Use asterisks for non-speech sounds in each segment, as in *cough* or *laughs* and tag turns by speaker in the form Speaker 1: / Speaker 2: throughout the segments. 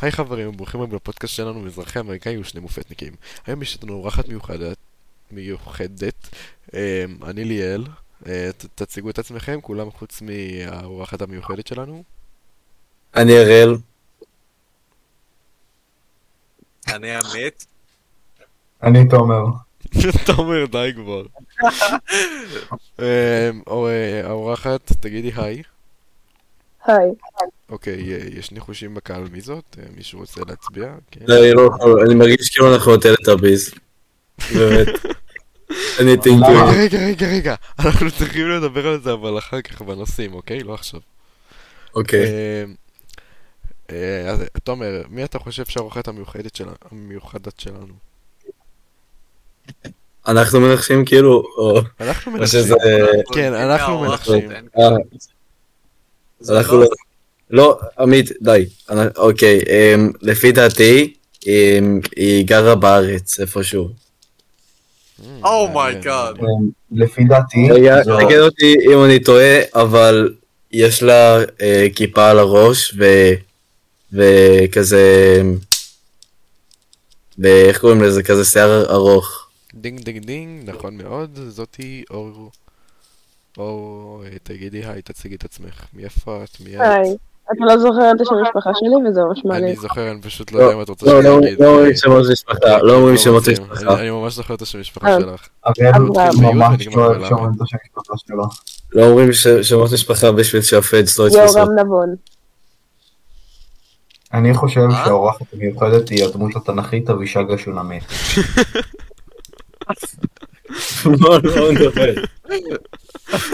Speaker 1: היי חברים, וברוכים הבאים לפודקאסט שלנו מאזרחי אמריקאי ושני מופתניקים. היום יש לנו אורחת מיוחדת, מיוחדת, אה, אני ליאל, אה, ת- תציגו את עצמכם, כולם חוץ מהאורחת המיוחדת *laughs* שלנו.
Speaker 2: אני אראל.
Speaker 3: אני עמית.
Speaker 4: אני תומר.
Speaker 1: תומר, די *laughs* כבר. אה, או, אה, האורחת, תגידי היי.
Speaker 5: היי,
Speaker 1: אוקיי, אה, יש ניחושים בקהל מי זאת? אה, מישהו רוצה להצביע? כן.
Speaker 2: לא, אני לא יכול, אני מרגיש כאילו אנחנו הטלטאביז. באמת. אני
Speaker 1: רגע,
Speaker 2: טינטוי.
Speaker 1: רגע, רגע, רגע, אנחנו צריכים לדבר על זה אבל אחר כך בנושאים, אוקיי? לא עכשיו.
Speaker 4: כן.
Speaker 2: אוקיי.
Speaker 1: אה, אה, אז, תומר, מי אתה חושב שהאורחת המיוחדת שלה- המיוחדת שלנו?
Speaker 2: אנחנו מנחשים כאילו, או-
Speaker 1: אנחנו
Speaker 2: או
Speaker 1: מנחשים.
Speaker 2: שזה...
Speaker 1: כן,
Speaker 3: אין
Speaker 1: אנחנו
Speaker 3: כאורחת,
Speaker 1: מנחשים.
Speaker 3: אין-
Speaker 2: אה,
Speaker 3: זה
Speaker 2: אנחנו
Speaker 3: לא-
Speaker 2: לא... לא, עמית, די. אנ- אוקיי, אמ, לפי דעתי, אמ, היא גרה בארץ איפשהו.
Speaker 3: Oh my
Speaker 1: Mm, מעניין,
Speaker 3: God.
Speaker 1: מעניין.
Speaker 4: אמ, לפי דעתי,
Speaker 2: רגע,
Speaker 4: זו-
Speaker 2: תגיד אותי אם אני טועה, אבל יש לה אה, כיפה על הראש ו- וכזה... ואיך קוראים לזה? כזה שיער ארוך.
Speaker 1: דינג דינג דינג, נכון מאוד, זאתי אור... אור, אה, תגידי היי, תציגי את עצמך. מאיפה את? מי
Speaker 5: היי.
Speaker 1: את?
Speaker 5: אתה לא זוכר את השם המשפחה שלי וזה ממש
Speaker 1: כן. אני
Speaker 5: מעליב.
Speaker 1: זוכר, אני פשוט לא יודע אם את רוצה
Speaker 2: לא, לא
Speaker 1: שתגיד.
Speaker 2: לא אומרים
Speaker 1: אוקיי.
Speaker 2: שמות משפחה, לא אומרים שמות
Speaker 1: רוצים. אה,
Speaker 2: משפחה.
Speaker 1: אני- אני ממש זוכר את השם משפחה
Speaker 5: אה.
Speaker 1: שלך.
Speaker 4: אראל
Speaker 5: אברהם.
Speaker 4: ממש
Speaker 1: אני
Speaker 4: לא
Speaker 1: כבר
Speaker 4: אוהב שאומרים את השם המשפחה שלו.
Speaker 2: לא אומרים ש- שמות משפחה בשביל שהפדס לא יתפסו.
Speaker 5: יורם נבון.
Speaker 4: אני חושב
Speaker 3: אה?
Speaker 4: שהאורחת המיוחדת היא הדמות התנכית אבישג השונמית.
Speaker 2: *laughs* לא, לא נדבר.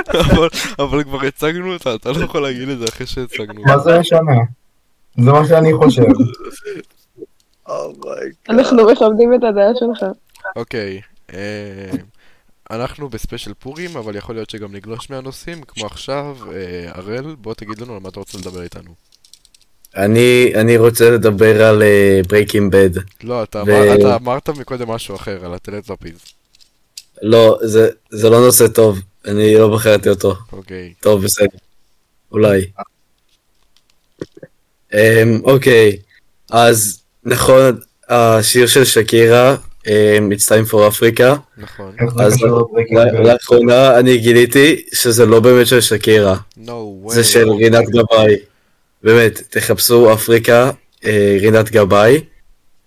Speaker 1: אבל- אבל כבר הצגנו אותה, אתה לא יכול להגיד את זה אחרי שהצגנו אותה.
Speaker 4: מה זה משנה? זה מה שאני חושב.
Speaker 3: אומייגאד.
Speaker 5: אנחנו מכבדים את הדעה שלך.
Speaker 1: אוקיי, אה, אנחנו בספיישל פורים, אבל יכול להיות שגם נגלוש מהנושאים, כמו עכשיו, אה, הראל, בוא תגיד לנו על מה אתה רוצה לדבר איתנו.
Speaker 2: אני אני רוצה לדבר על אה, ברייקינג בד.
Speaker 1: לא, אתה
Speaker 2: ו-
Speaker 1: אמר- אתה אמרת מקודם משהו אחר, על הטלטאפיז.
Speaker 2: לא, זה- זה לא נושא טוב, אני לא בחרתי אותו.
Speaker 1: אוקיי.
Speaker 2: טוב, בסדר. אולי. אמ, אוקיי, אז נכון, השיר של שקירה, אמ, It's Time for Africa,
Speaker 1: נכון.
Speaker 4: איך זה
Speaker 2: אז-
Speaker 4: קשור לברקינג
Speaker 2: אולי-
Speaker 4: בד?
Speaker 2: לאחרונה אני גיליתי שזה לא באמת של שקירה,
Speaker 1: No way.
Speaker 2: זה של רינת גבאי. באמת, תחפשו אפריקה, אה, רינת גבאי,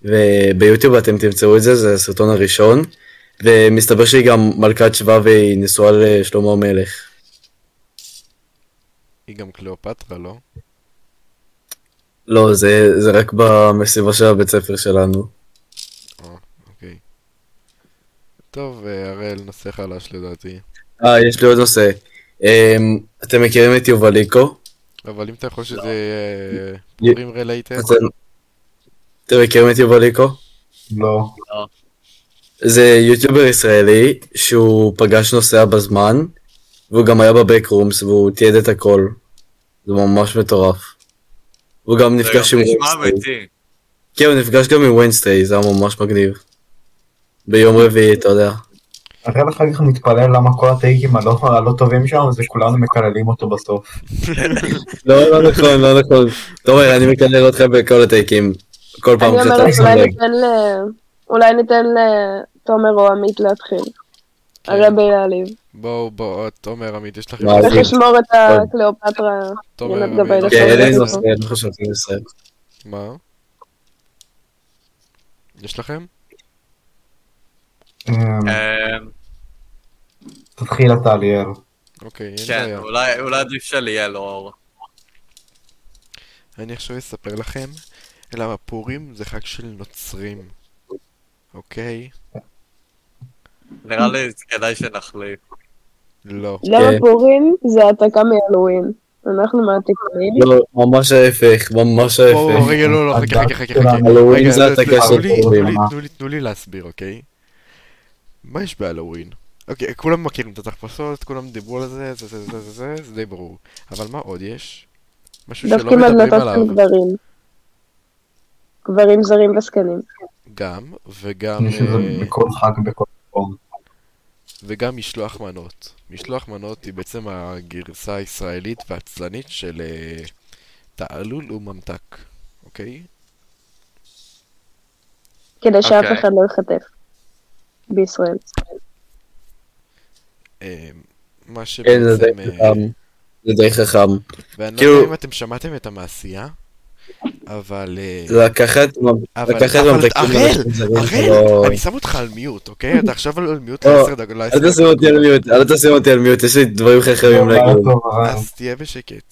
Speaker 2: וביוטיוב אתם תמצאו את זה, זה הסרטון הראשון, ומסתבר שהיא גם מלכת שבא והיא נשואה לשלמה המלך.
Speaker 1: היא גם קליאופטרה, לא?
Speaker 2: לא, זה, זה רק במסיבה של הבית ספר שלנו.
Speaker 1: אוקיי. טוב, אה, הראל, נושא חלש לדעתי.
Speaker 2: אה, יש לי עוד נושא. אמ, אתם מכירים את יובליקו?
Speaker 1: אבל אם אתה יכול שזה יהיה אה,
Speaker 2: י-
Speaker 1: פורים רילייטד,
Speaker 3: נכון.
Speaker 2: אתם, אתם מכירים את יובליקו?
Speaker 4: לא.
Speaker 2: זה יוטיובר ישראלי שהוא פגש נוסע בזמן, והוא גם היה בבקרומס והוא תיעד את הכל. זה ממש מטורף. הוא גם
Speaker 3: זה
Speaker 2: נפגש
Speaker 3: גם
Speaker 2: עם
Speaker 3: נשמע
Speaker 2: ווינסטרי.
Speaker 3: אמיתי.
Speaker 2: כן, הוא נפגש גם עם ווינסטרי, זה היה ממש מגניב. ביום
Speaker 3: אוקיי.
Speaker 2: רביעי, אתה יודע.
Speaker 4: הראל אחר כך מתפלל למה כל הטייקים הלא הלא טובים שם, זה שכולנו מקללים אותו בסוף.
Speaker 2: לא, לא נכון, לא נכון. תומר, אני מקלל אותך בכל הטייקים. כל
Speaker 5: אני
Speaker 2: פעם כשאתה
Speaker 5: אומרת אולי
Speaker 2: מסתובב.
Speaker 5: ניתן ל... אולי ניתן לתומר או עמית להתחיל.
Speaker 1: כן.
Speaker 5: הרבי יעליב.
Speaker 1: בואו, בואו, תומר, עמית, יש לכם...
Speaker 2: מה אז-
Speaker 5: צריך
Speaker 2: זה?
Speaker 5: לשמור את הקליאופטרה.
Speaker 1: תומר,
Speaker 5: רינת גבאי
Speaker 1: עמית,
Speaker 2: כן, אין לי
Speaker 5: נכון.
Speaker 2: נושא, אני לא חושב שזה נושא.
Speaker 1: מה? יש לכם?
Speaker 2: כן.
Speaker 4: אמ,
Speaker 3: אמ,
Speaker 4: תתחיל אתה ליאל.
Speaker 1: אוקיי, אין
Speaker 3: כן,
Speaker 1: בעיה.
Speaker 3: אולי אולי עדיף שליאל אור.
Speaker 1: אני עכשיו אספר לכם למה פורים זה חג של נוצרים, אוקיי?
Speaker 3: נראה לי כדאי שנחליף.
Speaker 1: לא.
Speaker 5: למה פורים זה העתקה מהלווין. אנחנו מעתיקים.
Speaker 2: לא, ממש ההפך, ממש
Speaker 1: בואו,
Speaker 2: ההפך.
Speaker 1: רגע, לא, לא, חכה, חכה, חכה, חכה.
Speaker 2: הלואוין
Speaker 1: רגע, לא,
Speaker 2: זה העתקה
Speaker 1: תנו
Speaker 4: של
Speaker 1: לי-
Speaker 4: פורים.
Speaker 1: תנו לי- תנו לי- תנו לי להסביר, אוקיי? מה יש בהלואוין? אוקיי, כולם מכירים את התחפושות, כולם דיברו על זה, זה, זה, זה, זה, זה, זה די ברור. אבל מה עוד יש? משהו שלא
Speaker 5: דופקים על
Speaker 1: לא מדברים
Speaker 5: דלתות
Speaker 1: עליו.
Speaker 5: של גברים. גברים זרים וזקנים.
Speaker 1: גם, וגם...
Speaker 4: יש את זה
Speaker 1: אה,
Speaker 4: בכל חג בכל מקום.
Speaker 1: וגם משלוח מנות. משלוח מנות היא בעצם הגרסה הישראלית והעצלנית של אה, תעלול וממתק, אוקיי?
Speaker 5: כדי שאף
Speaker 3: אוקיי.
Speaker 5: אחד לא ייחטף בישראל.
Speaker 1: אה, מה
Speaker 2: כן, זה די
Speaker 1: שבעצם... אה,
Speaker 2: חכם. זה די חכם.
Speaker 1: ואני לא
Speaker 2: כאילו-
Speaker 1: יודע אם אתם שמעתם את המעשייה, אבל... אה,
Speaker 2: לא- לקחת
Speaker 1: אבל-
Speaker 2: לקחת
Speaker 1: אבל-
Speaker 2: ממתקים
Speaker 1: אראל,
Speaker 2: לאנשים זרים
Speaker 1: הראל,
Speaker 2: שלא-
Speaker 1: אני שם אותך על מיוט, אוקיי? אתה עכשיו על מיוט
Speaker 2: לא,
Speaker 1: 10 דקות, לא, 10
Speaker 2: אל תשים אותי על מיוט, אל תשים אותי על מיוט, יש לי דברים
Speaker 1: לא,
Speaker 2: חכמים
Speaker 4: אה,
Speaker 2: להגיד,
Speaker 1: אז תהיה בשקט.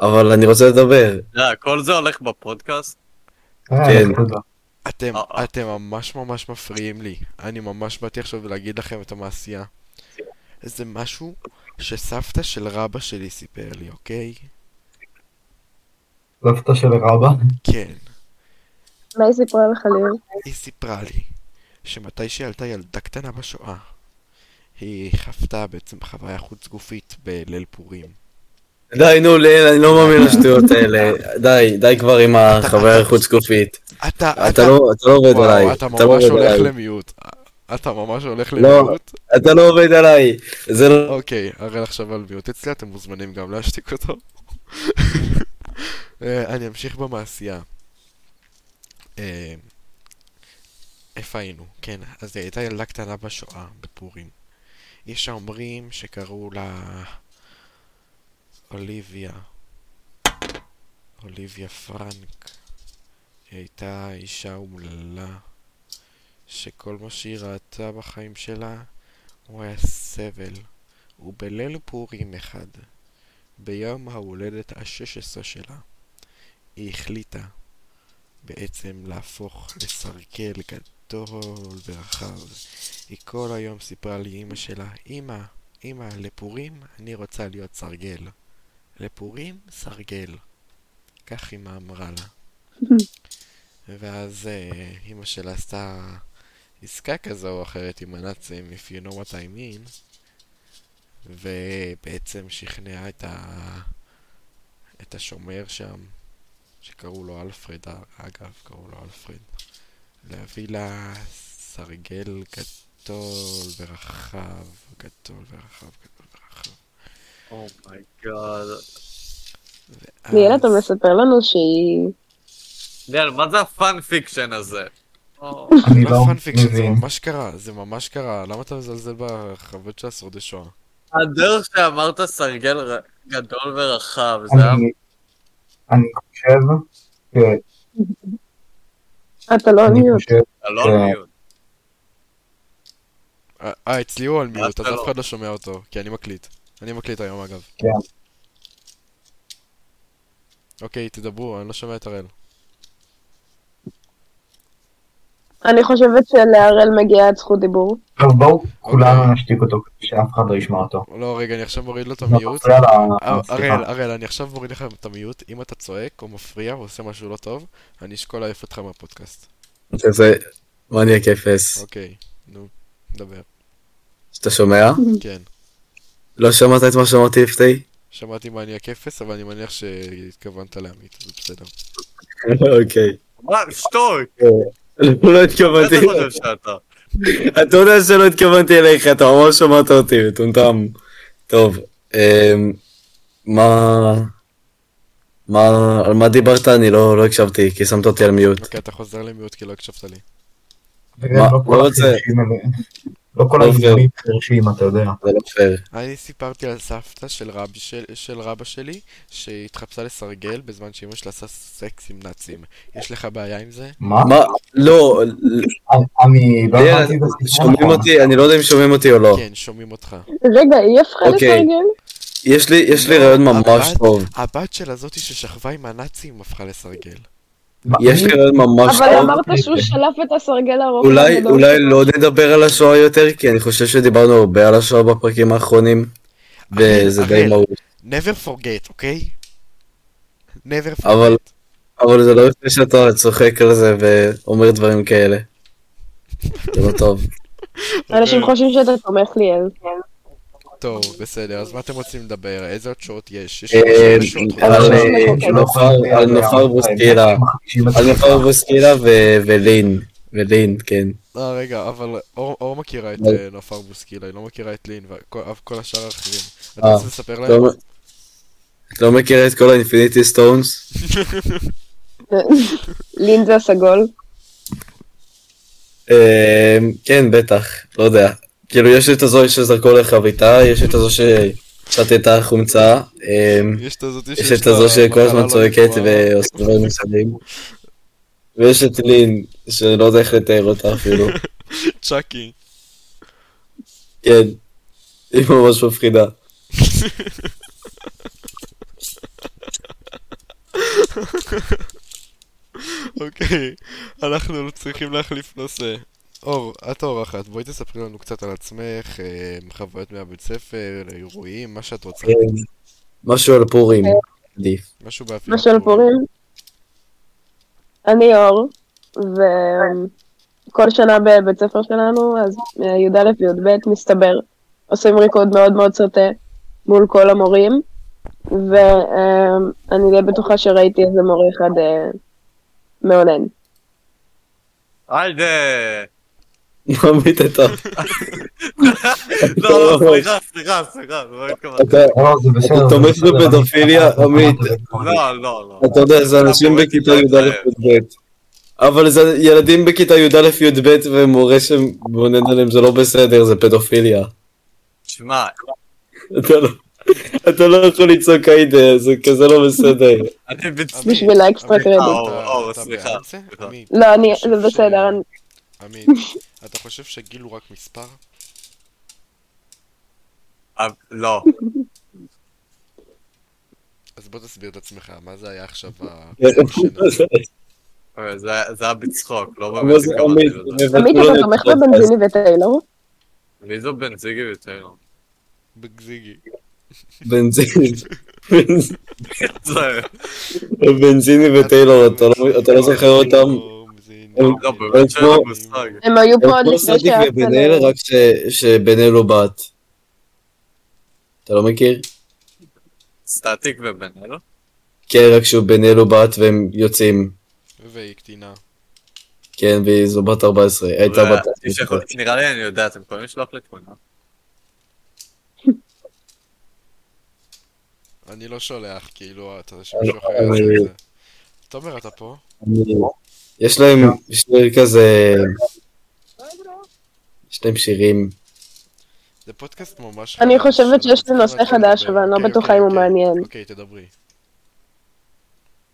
Speaker 2: אבל אני רוצה לדבר.
Speaker 3: אה, כל זה הולך בפודקאסט?
Speaker 4: אה,
Speaker 2: כן.
Speaker 1: אתם,
Speaker 3: אה, אה.
Speaker 1: אתם ממש ממש מפריעים לי. אני ממש באתי עכשיו להגיד לכם את המעשייה. זה משהו שסבתא של רבא שלי סיפר לי, אוקיי?
Speaker 4: סבתא לא של רבא.
Speaker 1: כן.
Speaker 5: מה היא סיפרה לך ליאור?
Speaker 1: היא סיפרה לי שמתי שהיא עלתה ילדה קטנה בשואה, היא חוותה בעצם חוויה חוץ גופית בליל פורים.
Speaker 2: די נו ליאל, אני לא מאמין לשטויות האלה, די, די כבר עם החוויה החוץ גופית.
Speaker 1: אתה,
Speaker 2: אתה לא אתה לא עובד עליי,
Speaker 1: וואו, אתה
Speaker 2: לא
Speaker 1: ממש
Speaker 2: עובד
Speaker 1: הולך
Speaker 2: עליי.
Speaker 1: למיעוט. אתה ממש הולך
Speaker 2: לא.
Speaker 1: למיעוט?
Speaker 2: אתה לא עובד עליי, זה לא...
Speaker 1: אוקיי, הראל עכשיו על מיעוט אצלי, אתם מוזמנים גם להשתיק אותו. אה, אני אמשיך במעשייה. אה, איפה היינו? כן, אז היא הייתה ילדה קטנה בשואה, בפורים. יש האומרים שקראו לה אוליביה. אוליביה פרנק. היא הייתה אישה אומללה, שכל מה שהיא ראתה בחיים שלה הוא היה סבל, ובליל פורים אחד, ביום ההולדת ה-16 שלה, היא החליטה בעצם להפוך לסרגל גדול ורחב. היא כל היום סיפרה לאימא שלה, אמא, אמא, לפורים אני רוצה להיות סרגל. לפורים, סרגל. כך אמא אמרה לה. ואז אה, אמא שלה עשתה עסקה כזו או אחרת עם הנאצים, if you know what I mean, ובעצם שכנעה את, ה... את השומר שם, שקראו לו אלפרד, אגב, קראו לו אלפרד, להביא לה סרגל גדול ורחב, גדול ורחב, גדול ורחב.
Speaker 3: אומייגאד.
Speaker 1: אה,
Speaker 5: ליאל, אתה מספר לנו שהיא...
Speaker 3: ליאל, מה זה הפאן פיקשן הזה? או,
Speaker 4: *laughs* אני
Speaker 1: לא
Speaker 4: לא
Speaker 1: פאנפיקשן, זה
Speaker 4: מבין.
Speaker 1: ממש קרה, זה ממש קרה, למה אתה מזלזל בחוות של השורדי שואה?
Speaker 3: הדרך שאמרת סרגל ר- גדול ורחב, זה היה...
Speaker 4: אני- אני חושב, כן,
Speaker 5: אתה לא
Speaker 4: אני
Speaker 5: עניות.
Speaker 4: חושב,
Speaker 3: אתה לא מיוט.
Speaker 1: אה, אה, אצלי הוא על מיוט, אז
Speaker 3: דווקא
Speaker 1: אף
Speaker 3: לא.
Speaker 1: אחד לא שומע אותו, כי אני מקליט. אני מקליט היום אגב.
Speaker 4: כן.
Speaker 1: אוקיי, תדברו, אני לא שומע את הראל.
Speaker 5: אני חושבת שלהראל מגיעה עד זכות דיבור.
Speaker 4: טוב בואו כולנו נשתיק אותו כדי שאף אחד לא ישמע אותו.
Speaker 1: לא, רגע, אני עכשיו מוריד לו את
Speaker 4: זה
Speaker 1: המיוט.
Speaker 4: מפריע
Speaker 1: אה,
Speaker 4: ל- סליחה.
Speaker 1: הראל, הראל, אני עכשיו מוריד לך את המיוט. אם אתה צועק או מפריע או עושה משהו לא טוב, אני אשקול להעיף אותך מהפודקאסט.
Speaker 2: זה מניאק אפס.
Speaker 1: אוקיי, נו, דבר.
Speaker 2: אתה שומע?
Speaker 1: כן,
Speaker 2: לא שמעת את מה שאמרתי לפני?
Speaker 1: שמעתי מעניק אפס, אבל אני מניח שהתכוונת להמית, זה בסדר.
Speaker 2: *laughs* אוקיי.
Speaker 3: מה,
Speaker 2: *laughs*
Speaker 3: שטוי!
Speaker 2: לא התכוונתי,
Speaker 3: איזה חושב שאתה?
Speaker 2: אתה יודע שלא התכוונתי אליך, אתה ממש שמעת אותי, מטומטם. טוב, אמ, מה... מה... על מה דיברת? אני לא לא הקשבתי, כי שמת אותי על מיוט.
Speaker 1: אוקיי, אתה חוזר למיוט כי לא הקשבת לי.
Speaker 4: לא
Speaker 2: מה-
Speaker 4: כל
Speaker 2: לא רוצה.
Speaker 4: החירשים הם- לא כל
Speaker 2: עופר.
Speaker 4: הגזמים חרשים, אתה יודע.
Speaker 2: זה לא פייר.
Speaker 1: אני סיפרתי על סבתא של, רבי, של, של רבא שלי שהתחפשה לסרגל בזמן שאמא שלה עשה סקס עם נאצים. יש לך בעיה עם זה?
Speaker 4: מה?
Speaker 2: מה? לא,
Speaker 4: אני לא
Speaker 2: ליאל,
Speaker 4: הבנתי את הסיפור
Speaker 2: שומעים
Speaker 4: נכון.
Speaker 2: אותי? אני לא יודע אם שומעים אותי או לא.
Speaker 1: כן, שומעים אותך.
Speaker 5: רגע, היא הפכה
Speaker 2: אוקיי.
Speaker 5: לסרגל?
Speaker 2: יש לי- יש לי רעיון ממש
Speaker 4: אוקיי.
Speaker 1: הבת-
Speaker 2: טוב.
Speaker 1: הבת שלה זאתי ששכבה עם הנאצים הפכה לסרגל.
Speaker 4: מה,
Speaker 2: יש לי רעיון ממש
Speaker 5: אבל
Speaker 2: טוב.
Speaker 5: אמרת שהוא שלף את הסרגל הארוך.
Speaker 2: אוקיי. אולי,
Speaker 5: והגדול.
Speaker 2: אולי לא נדבר על השואה יותר, כי אני חושב שדיברנו הרבה על השואה בפרקים האחרונים, וזה די
Speaker 1: הראל,
Speaker 2: מהות.
Speaker 1: never forget, אוקיי? never forget.
Speaker 2: אבל- אבל זה לא יפה שאתה צוחק על זה ואומר דברים כאלה. זה לא טוב. *laughs*
Speaker 5: אנשים
Speaker 1: אוקיי.
Speaker 5: חושבים שאתה תומך ליאל. *laughs*
Speaker 1: טוב, בסדר, אז מה אתם רוצים לדבר? איזה עוד שעות יש? יש
Speaker 2: אה,
Speaker 1: עוד שעות.
Speaker 2: על- אה,
Speaker 5: אבל-
Speaker 2: על נופר- על נופר בוסקילה. על נופר בוסקילה ו- ולין. ולין, כן.
Speaker 1: אה, רגע, אבל אור אור מכירה את
Speaker 2: לא.
Speaker 1: אה, נופר בוסקילה, היא לא מכירה את לין וכל אה, השאר האחרים. אני
Speaker 2: אה,
Speaker 1: רוצה לספר להם?
Speaker 2: לא- את לא מכירה את כל האינפיניטי סטונס?
Speaker 5: לין זה הסגול.
Speaker 2: אה, כן, בטח, לא יודע. כאילו, יש לי את הזו שזרקו לחביתה, יש לי את הזו ששתתה חומצה, אה,
Speaker 1: יש את הזאתי אה,
Speaker 2: יש אה, לא, לי את הזו שכל הזמן
Speaker 1: לא
Speaker 2: צועקת ועושה דברים מסוימים. ויש את לין, שלא יודע איך לתאר אותה *laughs* אפילו.
Speaker 1: צ'אקי.
Speaker 2: כן, היא ממש מפחידה.
Speaker 1: אוקיי, אנחנו צריכים להחליף נושא. אור, את האורחת, בואי תספרי לנו קצת על עצמך, אה, חוויות מהבית ספר, אירועים, מה שאת רוצה.
Speaker 2: אה, משהו על פורים, עדיף. *laughs*
Speaker 1: משהו באפיון.
Speaker 5: משל פורים. אני אור, וכל שנה בבית ספר שלנו, אז אה, י"א וי"ב מסתבר, עושים ריקוד מאוד מאוד סוטה מול כל המורים, ואני די בטוחה שראיתי איזה מורה אחד אה, מאונן.
Speaker 3: היידה!
Speaker 2: מעמיד אותו.
Speaker 3: לא, לא, סליחה, סליחה, סליחה, זה לא התכוונתי.
Speaker 2: אתה-
Speaker 4: לא, זה בסדר.
Speaker 2: אתה
Speaker 4: זה
Speaker 2: תומך
Speaker 4: בסדר,
Speaker 2: בפדופיליה,
Speaker 4: אני-
Speaker 2: עמית?
Speaker 3: לא, לא, לא.
Speaker 2: אתה יודע, זה אנשים בכיתה י"א-י"ב. אבל זה ילדים בכיתה י"א-י"ב ומורה שמבונן עליהם זה לא בסדר, זה פדופיליה.
Speaker 3: שמע,
Speaker 2: אתה לא... אתה לא יכול לצעוק היידה, זה כזה לא בסדר.
Speaker 3: אני בצ...
Speaker 5: בשביל
Speaker 2: אה,
Speaker 5: האקסטרה
Speaker 1: עמית,
Speaker 5: קרדיט.
Speaker 1: אתה-
Speaker 3: אור, אור,
Speaker 1: אתה
Speaker 3: סליחה.
Speaker 1: בעד זה?
Speaker 3: סליחה.
Speaker 1: עמית,
Speaker 5: לא, אני,
Speaker 1: אתה חושב
Speaker 5: זה
Speaker 1: ש-
Speaker 5: בסדר, אני- *laughs*
Speaker 1: עמית, אתה חושב שגיל הוא רק מספר?
Speaker 3: אה, לא.
Speaker 1: אז בוא תסביר את עצמך, מה זה היה עכשיו ה... *laughs*
Speaker 3: אה, זה- זה היה בצחוק, לא
Speaker 2: אבל
Speaker 3: באמת.
Speaker 2: זה
Speaker 3: התכוונתי
Speaker 2: עמית,
Speaker 3: לזה.
Speaker 5: עמית,
Speaker 2: מבטלו
Speaker 5: אתה
Speaker 2: לו את
Speaker 5: תומך
Speaker 2: הפודקאסט.
Speaker 5: בבנזיני וטיילור?
Speaker 3: מי זו בן זיגי וטיילור?
Speaker 1: בגזיגי.
Speaker 2: בנזיני. בנז-
Speaker 3: זה-
Speaker 2: בנזיני וטיילור, אתה לא- אתה לא זוכר אותם?
Speaker 3: לא, באמת שאין לי מושג.
Speaker 5: הם היו
Speaker 2: הם
Speaker 5: פה עוד
Speaker 2: כמו
Speaker 5: לפני
Speaker 2: סדיק
Speaker 5: שאף
Speaker 2: ובן אל, רק ש- שבן אל הוא בת. אתה לא מכיר?
Speaker 3: סטטיק ובן לא? אל?
Speaker 2: כן, רק שהוא בן אל ובת והם יוצאים.
Speaker 1: והיא קטינה.
Speaker 2: כן, והיא זו בת 14. הייתה
Speaker 3: זה-
Speaker 2: בת...
Speaker 3: איש יכול- נראה לי אני יודע, אתם יכולים לשלוח לי תמונה?
Speaker 1: אני לא שולח, כאילו, אתה יודע שמישהו אחר יעשה את זה. תומר, אתה פה?
Speaker 2: יש להם שיר כזה... יש להם שירים.
Speaker 1: זה פודקאסט ממש
Speaker 5: אני
Speaker 1: חדש,
Speaker 5: חושבת שיש
Speaker 1: אנחנו
Speaker 5: לי נושא
Speaker 1: צריכים
Speaker 5: חדש,
Speaker 1: לדבר.
Speaker 5: אבל אני לא
Speaker 1: אוקיי,
Speaker 5: בטוחה אם הוא
Speaker 1: אוקיי,
Speaker 5: מעניין.
Speaker 1: אוקיי, תדברי.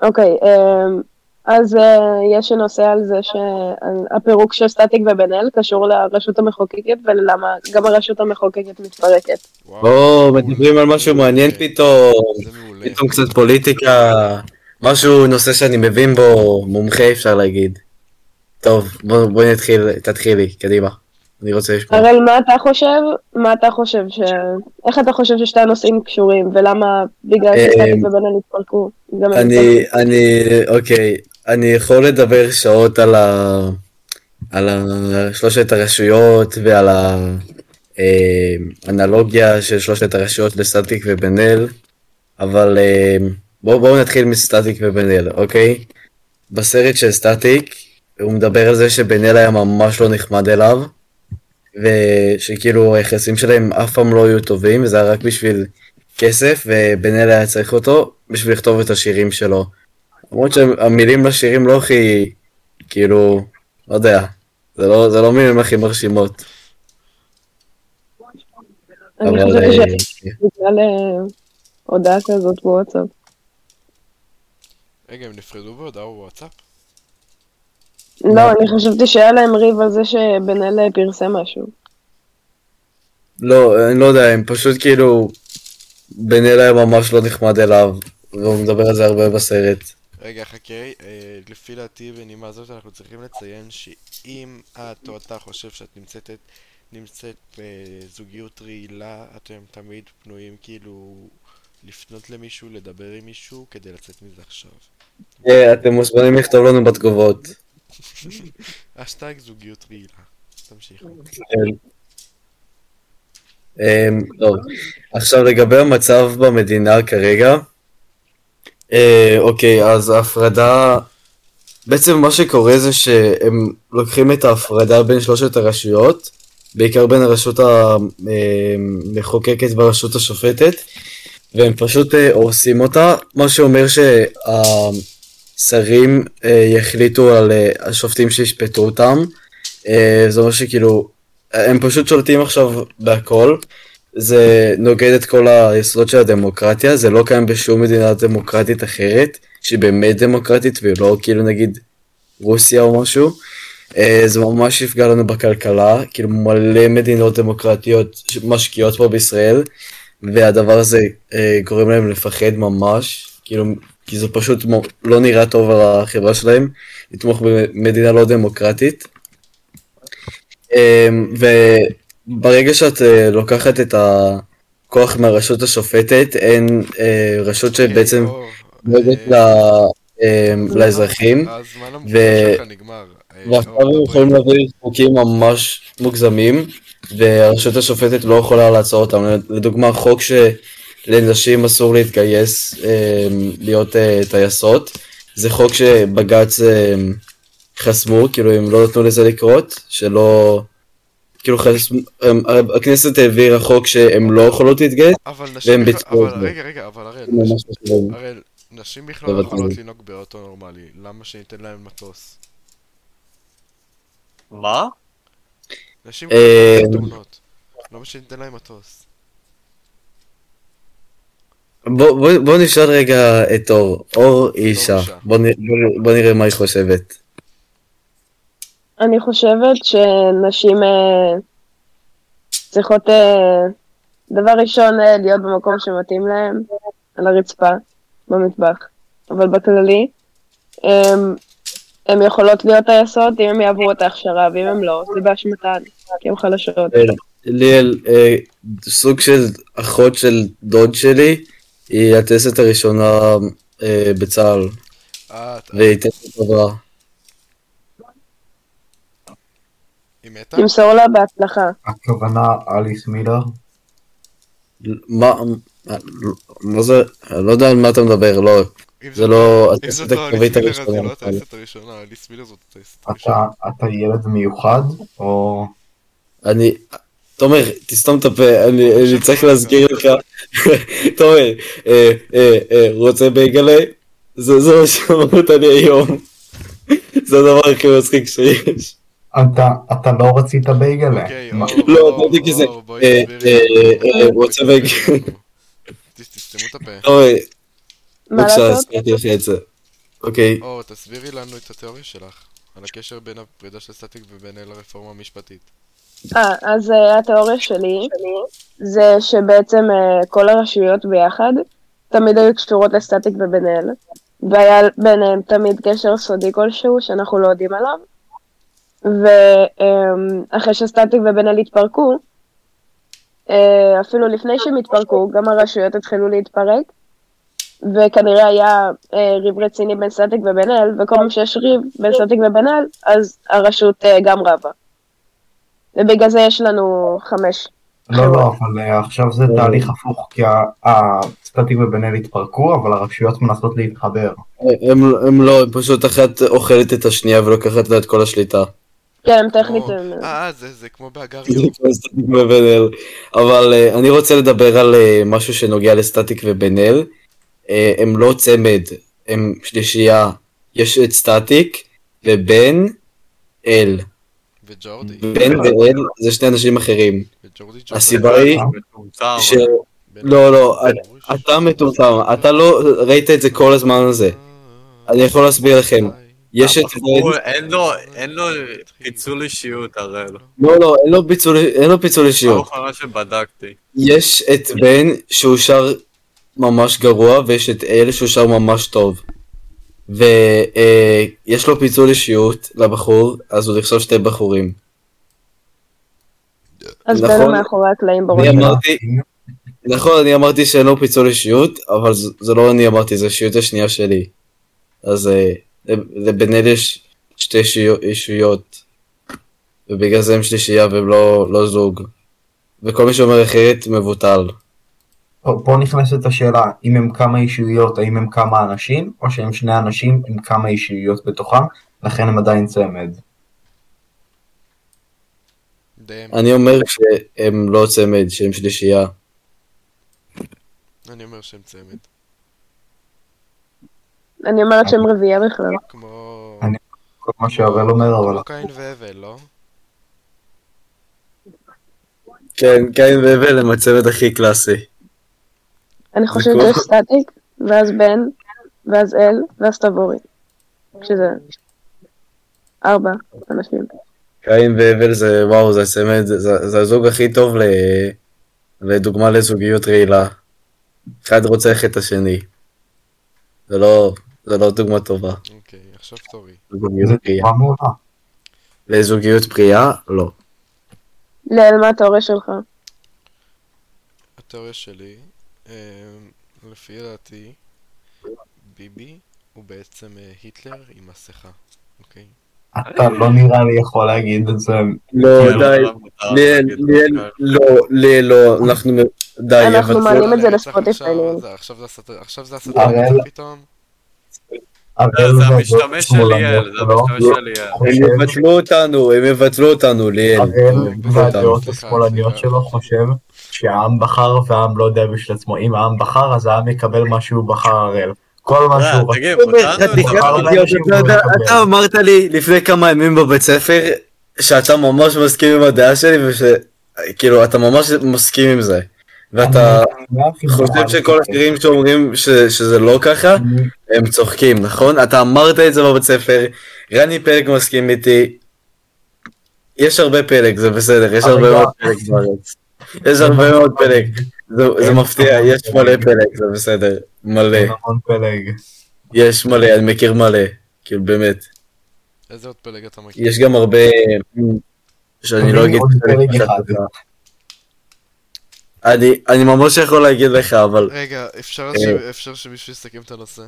Speaker 5: אוקיי, אמ, אז אה, יש נושא על זה שהפירוק של סטטיק ובן אל קשור לרשות המחוקקת וללמה גם הרשות המחוקקת מתפרקת.
Speaker 1: וואו,
Speaker 2: או,
Speaker 1: מעולה.
Speaker 2: מדברים על משהו מעניין
Speaker 1: אוקיי,
Speaker 2: פתאום.
Speaker 1: זה מעולה.
Speaker 2: פתאום קצת פוליטיקה. משהו, נושא שאני מבין בו, מומחה אפשר להגיד. טוב, בוא- בואי נתחיל, תתחילי, קדימה. אני רוצה לשמוע.
Speaker 5: הראל, מה אתה חושב? מה אתה חושב ש... איך אתה חושב ששתי הנושאים קשורים ולמה בגלל
Speaker 2: אמ,
Speaker 5: שסטטיק ובן אל התפרקו? גם הם
Speaker 2: אני, אני, אוקיי, אני יכול לדבר שעות על ה... על ה- שלושת הרשויות ועל האנלוגיה של שלושת הרשויות לסטטיק ובן אל, אבל אה, בואו בוא נתחיל מסטטיק ובן אל, אוקיי? בסרט של סטטיק, הוא מדבר על זה שבן אל היה ממש לא נחמד אליו, ושכאילו היחסים שלהם אף פעם לא היו טובים, וזה היה רק בשביל כסף, ובן אל היה צריך אותו בשביל לכתוב את השירים שלו. למרות שהמילים לשירים לא הכי, כאילו, לא יודע, זה לא, זה לא מילים הכי מרשימות.
Speaker 5: אני
Speaker 2: אבל,
Speaker 5: חושבת
Speaker 2: אה,
Speaker 5: שבגלל אה, הודעה כזאת בוואטסאפ.
Speaker 1: רגע, הם נפרדו בהודעה בוואטסאפ?
Speaker 5: לא, אני חשבתי שהיה להם ריב על זה שבן אל פרסם משהו.
Speaker 2: לא, אני לא יודע, הם פשוט כאילו, בן אל היה ממש לא נחמד אליו, והוא מדבר על זה הרבה בסרט.
Speaker 1: רגע, חכה, אה, לפי דעתי בנימה הזאת אנחנו צריכים לציין שאם את או אתה חושב שאת נמצאת, נמצאת בזוגיות רעילה, אתם תמיד פנויים כאילו לפנות למישהו, לדבר עם מישהו, כדי לצאת מזה עכשיו.
Speaker 2: אה, אתם מוזמנים לכתוב לנו בתגובות.
Speaker 1: אשטג זוגיות רעילה. תמשיך.
Speaker 2: אמ, טוב, עכשיו לגבי המצב במדינה כרגע, אה, אוקיי, אז ההפרדה, בעצם מה שקורה זה שהם לוקחים את ההפרדה בין שלושת הרשויות, בעיקר בין הרשות המחוקקת והרשות השופטת, והם פשוט אה, הורסים אותה, מה שאומר שהשרים אה, יחליטו על אה, השופטים שישפטו אותם. אה, אה, זה אומר שכאילו, הם פשוט שולטים עכשיו בהכל. זה נוגד את כל היסודות של הדמוקרטיה, זה לא קיים בשום מדינה דמוקרטית אחרת, שהיא באמת דמוקרטית ולא כאילו נגיד רוסיה או משהו. אה, זה ממש יפגע לנו בכלכלה, כאילו מלא מדינות דמוקרטיות משקיעות פה בישראל, והדבר הזה אה, גורם להם לפחד ממש, כאילו, כי זה פשוט מו- לא נראה טוב על החברה שלהם, לתמוך במדינה לא דמוקרטית. אה, וברגע שאת אה, לוקחת את הכוח מהרשות השופטת, אין אה, רשות שבעצם
Speaker 1: אה, או,
Speaker 2: דואגת
Speaker 1: אה,
Speaker 2: ל- אה, לאזרחים.
Speaker 1: הזמן המוקדם
Speaker 2: ו-
Speaker 1: שלך נגמר. אה,
Speaker 2: ועכשיו
Speaker 1: אור,
Speaker 2: הם יכולים
Speaker 1: דברי.
Speaker 2: להביא חוקים ממש מוגזמים, והרשות השופטת לא יכולה לעצור אותם. לדוגמה, חוק שלנשים אסור להתגייס אה, להיות אה, טייסות, זה חוק שבג"ץ אה, חסמו, כאילו הם לא נתנו לזה לקרות, שלא... כאילו חסמו, הם- הכנסת העבירה חוק שהם לא יכולות להתגייס,
Speaker 1: אבל נשים...
Speaker 2: והם
Speaker 1: בכלל-
Speaker 2: ביצעו את
Speaker 1: אבל
Speaker 2: זה.
Speaker 1: רגע, רגע, אבל הרי...
Speaker 2: זה ממש לא חשוב.
Speaker 1: הרי נשים בכלל לא
Speaker 2: בוודאי.
Speaker 1: יכולות לנהוג באוטו נורמלי, למה שניתן להן מטוס?
Speaker 3: מה?
Speaker 1: נשים לא יכולות
Speaker 2: אה,
Speaker 1: לעשות תאונות, למה שניתן להן מטוס?
Speaker 2: בוא, בוא, בוא נשאל רגע את אור. אור היא אישה.
Speaker 1: אישה.
Speaker 2: בוא, נ- בוא, בוא נראה מה היא חושבת.
Speaker 5: אני חושבת שנשים אה, צריכות, אה, דבר ראשון, אה, להיות במקום שמתאים להן, על הרצפה, במטבח. אבל בכללי, הם, הם יכולות להיות טייסות אם הם יעברו את ההכשרה, ואם הם לא, זה באשמתן, כי הן חלשות.
Speaker 2: ליאל, אה, סוג של אחות של דוד שלי, היא הטייסת הראשונה אה, בצה"ל,
Speaker 1: אה, את-
Speaker 2: והיא טייסת טובה.
Speaker 1: היא מתה?
Speaker 5: תמסור לה בהצלחה.
Speaker 4: הכוונה אליס מילר.
Speaker 2: מה, אה, מה זה, אני לא יודע על מה אתה מדבר, לא,
Speaker 1: אם
Speaker 2: זה
Speaker 1: אם
Speaker 2: לא
Speaker 1: זאת
Speaker 2: הטייסת
Speaker 1: לא אליס
Speaker 2: הקרבית
Speaker 1: מילר, אז זה
Speaker 2: הראשונה. אה,
Speaker 1: לא הטייסת הראשונה, אליס מילר זאת הטייסת הראשונה.
Speaker 4: אתה, אתה ילד מיוחד, או...
Speaker 2: אני, תומר, תסתום את הפה, אני אני צריך להזכיר לך, *laughs* תומר, אה, אה, אה, רוצה בייגלה? זה זה מה שאמרת לי היום. *laughs* זה הדבר הכי מצחיק שיש.
Speaker 4: אתה, אתה לא רצית בייגלה.
Speaker 1: אוקיי,
Speaker 4: מה-
Speaker 1: אור,
Speaker 2: לא,
Speaker 1: אור,
Speaker 2: אמרתי כזה,
Speaker 1: אור, בואי
Speaker 2: אה,
Speaker 1: תסבירי
Speaker 2: אה,
Speaker 1: לנו.
Speaker 2: אה, אה, רוצה
Speaker 1: בואי תסבירי לנו. תס- תסתמו את הפה.
Speaker 2: תומר,
Speaker 5: מה
Speaker 2: בבקשה,
Speaker 5: לעשות?
Speaker 2: הזכרתי לך את זה. אוקיי,
Speaker 1: אור, תסבירי לנו את התיאוריה שלך, על הקשר בין הפרידה של סטטיק ובין אל הרפורמה המשפטית.
Speaker 5: אה, אז אה, התיאוריה שלי זה שבעצם אה, כל הרשויות ביחד תמיד היו קשורות לסטטיק ובן אל, והיה ביניהם תמיד קשר סודי כלשהו שאנחנו לא יודעים עליו, ואחרי שסטטיק ובן אל התפרקו, אה, אפילו לפני שהם התפרקו, גם הרשויות התחילו להתפרק, וכנראה היה אה, ריב רציני בין סטטיק ובן אל, וכל פעם שיש ריב בין סטטיק ובן אל, אז הרשות אה, גם רבה. ובגלל זה יש לנו חמש.
Speaker 4: לא, לא, אבל אה, עכשיו זה תהליך הפוך, כי ה- הסטטיק ובן אל התפרקו, אבל הרשויות מנסות להתחבר.
Speaker 2: הם הם לא, הם פשוט אחת אוכלת את השנייה ולוקחת לה את כל השליטה.
Speaker 5: כן, טכנית
Speaker 1: או,
Speaker 5: הם...
Speaker 1: אה, אה, זה זה כמו
Speaker 2: זה
Speaker 1: באגריו.
Speaker 2: כמו סטטיק ובן אל. אבל אה, אני רוצה לדבר על אה, משהו שנוגע לסטטיק ובן אל. אה, הם לא צמד, הם שלישייה. יש את סטטיק ובן אל.
Speaker 1: וג'ורדי.
Speaker 2: בן ואל זה שני אנשים אחרים.
Speaker 1: וג'ורדי ג'ורדי.
Speaker 2: הסיבה היא
Speaker 3: מטומטם.
Speaker 2: ש...
Speaker 1: בן-
Speaker 2: לא, לא,
Speaker 1: גרוש.
Speaker 2: אתה מטומטם, אתה לא ראית את זה כל הזמן הזה.
Speaker 1: אה,
Speaker 2: אני יכול להסביר לכם. יש את
Speaker 3: הוא,
Speaker 2: בן...
Speaker 3: אין לו, אין לו פיצול אישיות הראל.
Speaker 2: לא, לא, אין לו פיצול- אין לו פיצול
Speaker 3: פעם
Speaker 2: אישיות.
Speaker 3: אחרונה שבדקתי.
Speaker 2: יש את בן שהוא שר ממש גרוע, ויש את אל שהוא שר ממש טוב. ויש אה, יש לו פיצול אישיות לבחור, אז הוא נחשב שתי בחורים.
Speaker 5: אז
Speaker 2: נכון.
Speaker 5: בין מאחורי הקלעים בראש.
Speaker 2: אני אמרתי, נכון, אני אמרתי שאין לו פיצול אישיות, אבל זה, זה לא אני אמרתי, זו אישיות השנייה שלי. אז אה, לב- לבן אל יש שתי אישיו- אישויות, ובגלל זה הם שלישייה והם לא, לא זוג. וכל מי שאומר אחרת מבוטל.
Speaker 4: פה פה נכנסת השאלה, אם הם כמה אישיויות, האם הם כמה אנשים, או שהם שני אנשים עם כמה אישיויות בתוכם, לכן הם עדיין צמד.
Speaker 1: דאם.
Speaker 2: אני אומר שהם לא צמד, שהם שלישייה.
Speaker 1: אני אומר שהם צמד.
Speaker 5: אני אומרת שהם רביעייה בכלל.
Speaker 1: כמו... אוקיי.
Speaker 4: אני- כל מה שהראל אומר, אבל
Speaker 1: כמו קין והבל, לא?
Speaker 2: כן, קין והבל הם הצוות הכי קלאסי.
Speaker 5: אני חושבת
Speaker 2: כוח.
Speaker 5: שיש סטטיק, ואז בן, ואז אל, ואז טבורי. שזה ארבע אנשים.
Speaker 2: קין והבל זה, וואו, זה הצמד, זה, זה הזוג הכי טוב ל... לדוגמה לזוגיות רעילה. אחד רוצח את השני. זה לא, זה לא דוגמה טובה.
Speaker 1: אוקיי, עכשיו תורי.
Speaker 4: זה
Speaker 2: לזוגיות פריאה.
Speaker 4: תשובה מעולה.
Speaker 2: לזוגיות פריאה? לא.
Speaker 5: לאל, מה התיאוריה שלך?
Speaker 1: התיאוריה שלי, אמ, לפי דעתי, ביבי הוא בעצם אה, היטלר עם מסכה, אוקיי?
Speaker 4: אתה לא נראה לי יכול להגיד את זה.
Speaker 2: לא,
Speaker 3: כן,
Speaker 2: די.
Speaker 3: אבל מותר
Speaker 2: ליאל,
Speaker 3: להגיד כן.
Speaker 2: ליאל,
Speaker 3: דברים כאלה.
Speaker 2: לא, ליאל, לא, אנחנו, די,
Speaker 5: אנחנו
Speaker 2: אבל-
Speaker 5: מעלים את זה
Speaker 1: רגע,
Speaker 5: לספוטיפיי,
Speaker 1: עכשיו-
Speaker 5: ליאל.
Speaker 1: זה- עכשיו זה הסט- עכשיו זה
Speaker 2: אה,
Speaker 4: הראל.
Speaker 1: הסטרנט פתאום?
Speaker 4: אבל
Speaker 3: זה
Speaker 4: זה
Speaker 3: המשתמש של
Speaker 4: שמאלני,
Speaker 3: ליאל, זה
Speaker 4: לא?
Speaker 3: המשתמש של ליאל.
Speaker 4: חושב-
Speaker 2: הם יבטלו אותנו, הם יבטלו אותנו, ליאל.
Speaker 4: הראל
Speaker 1: טוב,
Speaker 4: והדעות
Speaker 1: סליחה,
Speaker 4: השמאלניות
Speaker 1: סליחה.
Speaker 4: שלו חושב שהעם בחר והעם לא יודע בשביל עצמו. אם העם בחר, אז העם יקבל מה שהוא בחר הראל. כל מה
Speaker 3: אה,
Speaker 4: שהוא
Speaker 3: תגיד,
Speaker 2: חתיכת
Speaker 3: אותנו
Speaker 4: בחר
Speaker 3: אתה-
Speaker 4: להם
Speaker 2: אידיוט, אתה יודע,
Speaker 4: שהוא
Speaker 2: אתה אמרת לי לפני כמה ימים בבית ספר שאתה ממש מסכים עם הדעה שלי ושכאילו אתה ממש מסכים עם זה ואתה חושב שכל השקרים שאומרים ש- שזה לא ככה הם צוחקים נכון אתה אמרת את זה בבית ספר רני פלג מסכים איתי יש הרבה פלג זה בסדר יש הרבה מאוד פלג בארץ יש הרבה מאוד פלג זה- זה מפתיע יש מלא פלג זה בסדר מלא
Speaker 4: המון נכון, פלג.
Speaker 2: יש מלא, אני מכיר מלא, כאילו באמת.
Speaker 1: איזה עוד פלג אתה מכיר?
Speaker 2: יש גם הרבה שאני לא אגיד...
Speaker 4: אוקיי, עוד פלג אחד.
Speaker 2: אני, אני ממש יכול להגיד לך, אבל
Speaker 1: רגע, אפשר
Speaker 2: אה.
Speaker 1: ש- אפשר שמישהו יסכם את הנושא?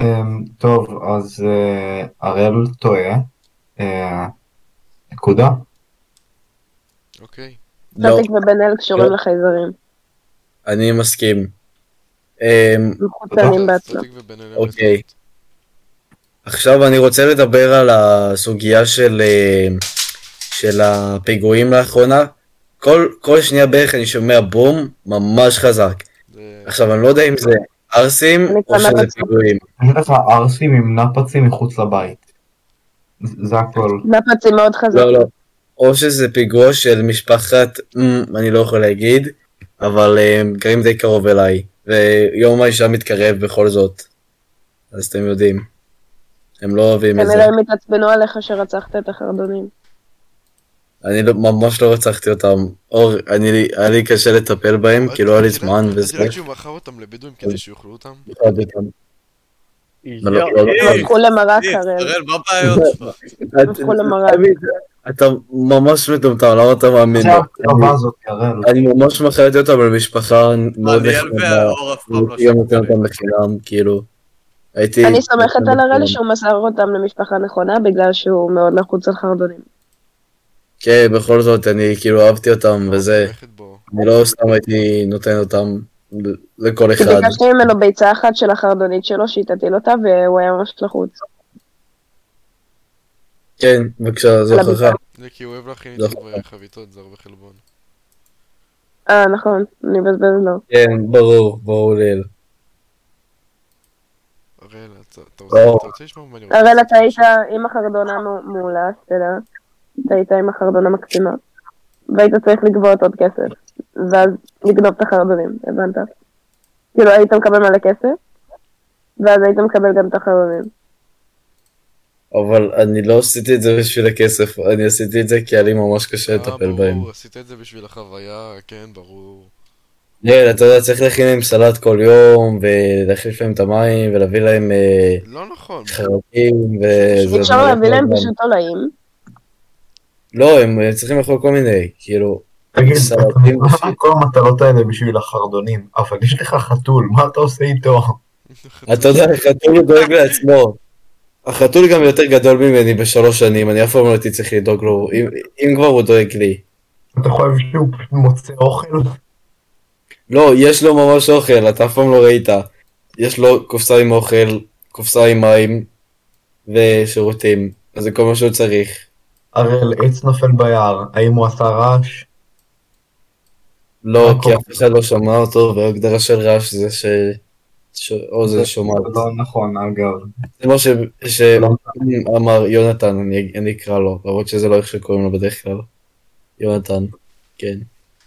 Speaker 4: אמ, טוב, אז אה, הראל טועה. אה, נקודה.
Speaker 1: אוקיי.
Speaker 2: לא,
Speaker 5: סטטיק ובן אל קשורים
Speaker 2: לא.
Speaker 5: לחייזרים.
Speaker 2: אני מסכים. אמ,
Speaker 5: מחוצנים בעצמם.
Speaker 1: סטטיק ובן אליהו
Speaker 2: אוקיי.
Speaker 1: בסוף.
Speaker 2: עכשיו אני רוצה לדבר על הסוגיה של, אה, של הפיגועים לאחרונה. כל, כל שנייה בערך אני שומע בום ממש חזק.
Speaker 1: זה-
Speaker 2: עכשיו אני לא יודע אם זה ערסים
Speaker 5: אני
Speaker 2: או
Speaker 5: קונה
Speaker 2: שזה
Speaker 5: בצד.
Speaker 2: פיגועים.
Speaker 4: יש לך ערסים עם נפצים מחוץ לבית. זה זה הכל.
Speaker 5: נפצים מאוד
Speaker 2: לא,
Speaker 5: חזקים.
Speaker 2: לא. או שזה פיגוע של משפחת, אמ, אני לא יכול להגיד, אבל אה, הם גרים די קרוב אליי, ויום האישה מתקרב בכל זאת. אז אתם יודעים. הם לא אוהבים את זה.
Speaker 5: כנראה הם התעצבנו עליך שרצחת את החרדונים.
Speaker 2: אני לא- ממש לא רצחתי אותם. אור, אני- היה לי קשה לטפל בהם,
Speaker 1: אה,
Speaker 2: כי לא היה לי
Speaker 1: את יודעת-
Speaker 2: זמן
Speaker 1: את
Speaker 2: וזה. אה.
Speaker 1: יודעת שהוא מכר אותם לבדואים כדי שיאכלו אותם?
Speaker 2: אוהב אותם. לא, לא, לא.
Speaker 3: יואי,
Speaker 5: הפכו למרק
Speaker 3: תגיד,
Speaker 5: הרי.
Speaker 3: אראל, מה הבעיות שלך?
Speaker 2: את-
Speaker 5: הפכו למראה.
Speaker 2: תמיד, אתה ממש מטומטם, למה אתה מאמין?
Speaker 4: זה
Speaker 2: לו?
Speaker 4: הקרבה הזאת, הראל.
Speaker 2: אני ממש מכרתי אותם למשפחה מאוד
Speaker 3: ליאל
Speaker 2: נחמדה.
Speaker 3: והאור אף פעם לא
Speaker 2: הייתי גם נותן
Speaker 3: שומעים.
Speaker 2: אותם בחינם, כאילו. הייתי...
Speaker 5: אני סומכת על הראל שהוא מסר אותם למשפחה נכונה, בגלל שהוא מאוד נחוץ על חרדונים.
Speaker 2: כן, בכל זאת, אני כאילו אהבתי אותם וזה.
Speaker 1: תומכת בו.
Speaker 5: אוקיי.
Speaker 2: אני לא סתם הייתי נותן אותם ל- לכל
Speaker 5: כי
Speaker 2: אחד.
Speaker 5: ביקשתי ממנו ביצה אחת של החרדונית שלו, שהיא תטיל אותה, והוא היה ממש לחוץ.
Speaker 2: כן, בבקשה, זו
Speaker 5: על
Speaker 2: הוכחה.
Speaker 5: הביצה.
Speaker 1: זה כי הוא אוהב להכין
Speaker 2: לא.
Speaker 1: איתו בחביתות, זה הרבה חלבון.
Speaker 5: אה, נכון, אני מבזבזת לו.
Speaker 2: כן, ברור, ברור ליל.
Speaker 1: אראל, אתה אתה רוצה
Speaker 2: לא.
Speaker 1: אתה רוצה לשמוע מה אני רוצה?
Speaker 5: הראל,
Speaker 1: לעשות
Speaker 5: אתה היית
Speaker 1: עכשיו?
Speaker 5: עם החרדון המעולה, שתדע. אתה היית עם החרדון המקסימה. והיית צריך לגבות עוד כסף. ואז לגנוב את החרדונים, הבנת? כאילו, היית מקבל מלא כסף, ואז היית מקבל גם את החרדונים.
Speaker 2: אבל אני לא עשיתי את זה בשביל הכסף, אני עשיתי את זה כי היה לי ממש קשה
Speaker 1: אה,
Speaker 2: לטפל בהם.
Speaker 1: ברור, עשית את זה בשביל החוויה, כן, ברור.
Speaker 2: ליל, אתה יודע, צריך להכין להם סלט כל יום, ולהחליף להם את המים, ולהביא להם אה,
Speaker 1: לא נכון.
Speaker 2: חרקים, וזה...
Speaker 5: אפשר להביא להם פשוט תולעים.
Speaker 2: לא, הם אה, צריכים לאכול כל מיני, כאילו...
Speaker 4: תגיד, אתה
Speaker 2: סלטים
Speaker 4: מביא כל המטלות האלה בשביל החרדונים, אבל יש לך חתול, מה אתה עושה איתו?
Speaker 2: אתה יודע, החתול הוא דואג לעצמו. החתול גם יותר גדול ממני בשלוש שנים, אני אף פעם לא הייתי צריך לדאוג לו, אם, אם כבר הוא דואג לי.
Speaker 4: אתה חושב שהוא פשוט מוצא אוכל?
Speaker 2: לא, יש לו ממש אוכל, אתה אף פעם לא ראית. יש לו קופסה עם אוכל, קופסה עם מים ושירותים, אז זה כל מה שהוא צריך.
Speaker 4: הראל, עץ נופל ביער, האם הוא עשה רעש?
Speaker 2: לא,
Speaker 4: הכל.
Speaker 2: כי אף אחד לא שמע אותו, וההגדרה של רעש זה ש... ש... או זה שומע.
Speaker 4: זה לא נכון, אגב.
Speaker 2: זה מה ש... ש...
Speaker 4: לא.
Speaker 2: אמר יונתן, אני, אני אקרא לו, למרות שזה לא איך שקוראים לו בדרך כלל. יונתן, כן.
Speaker 1: *laughs*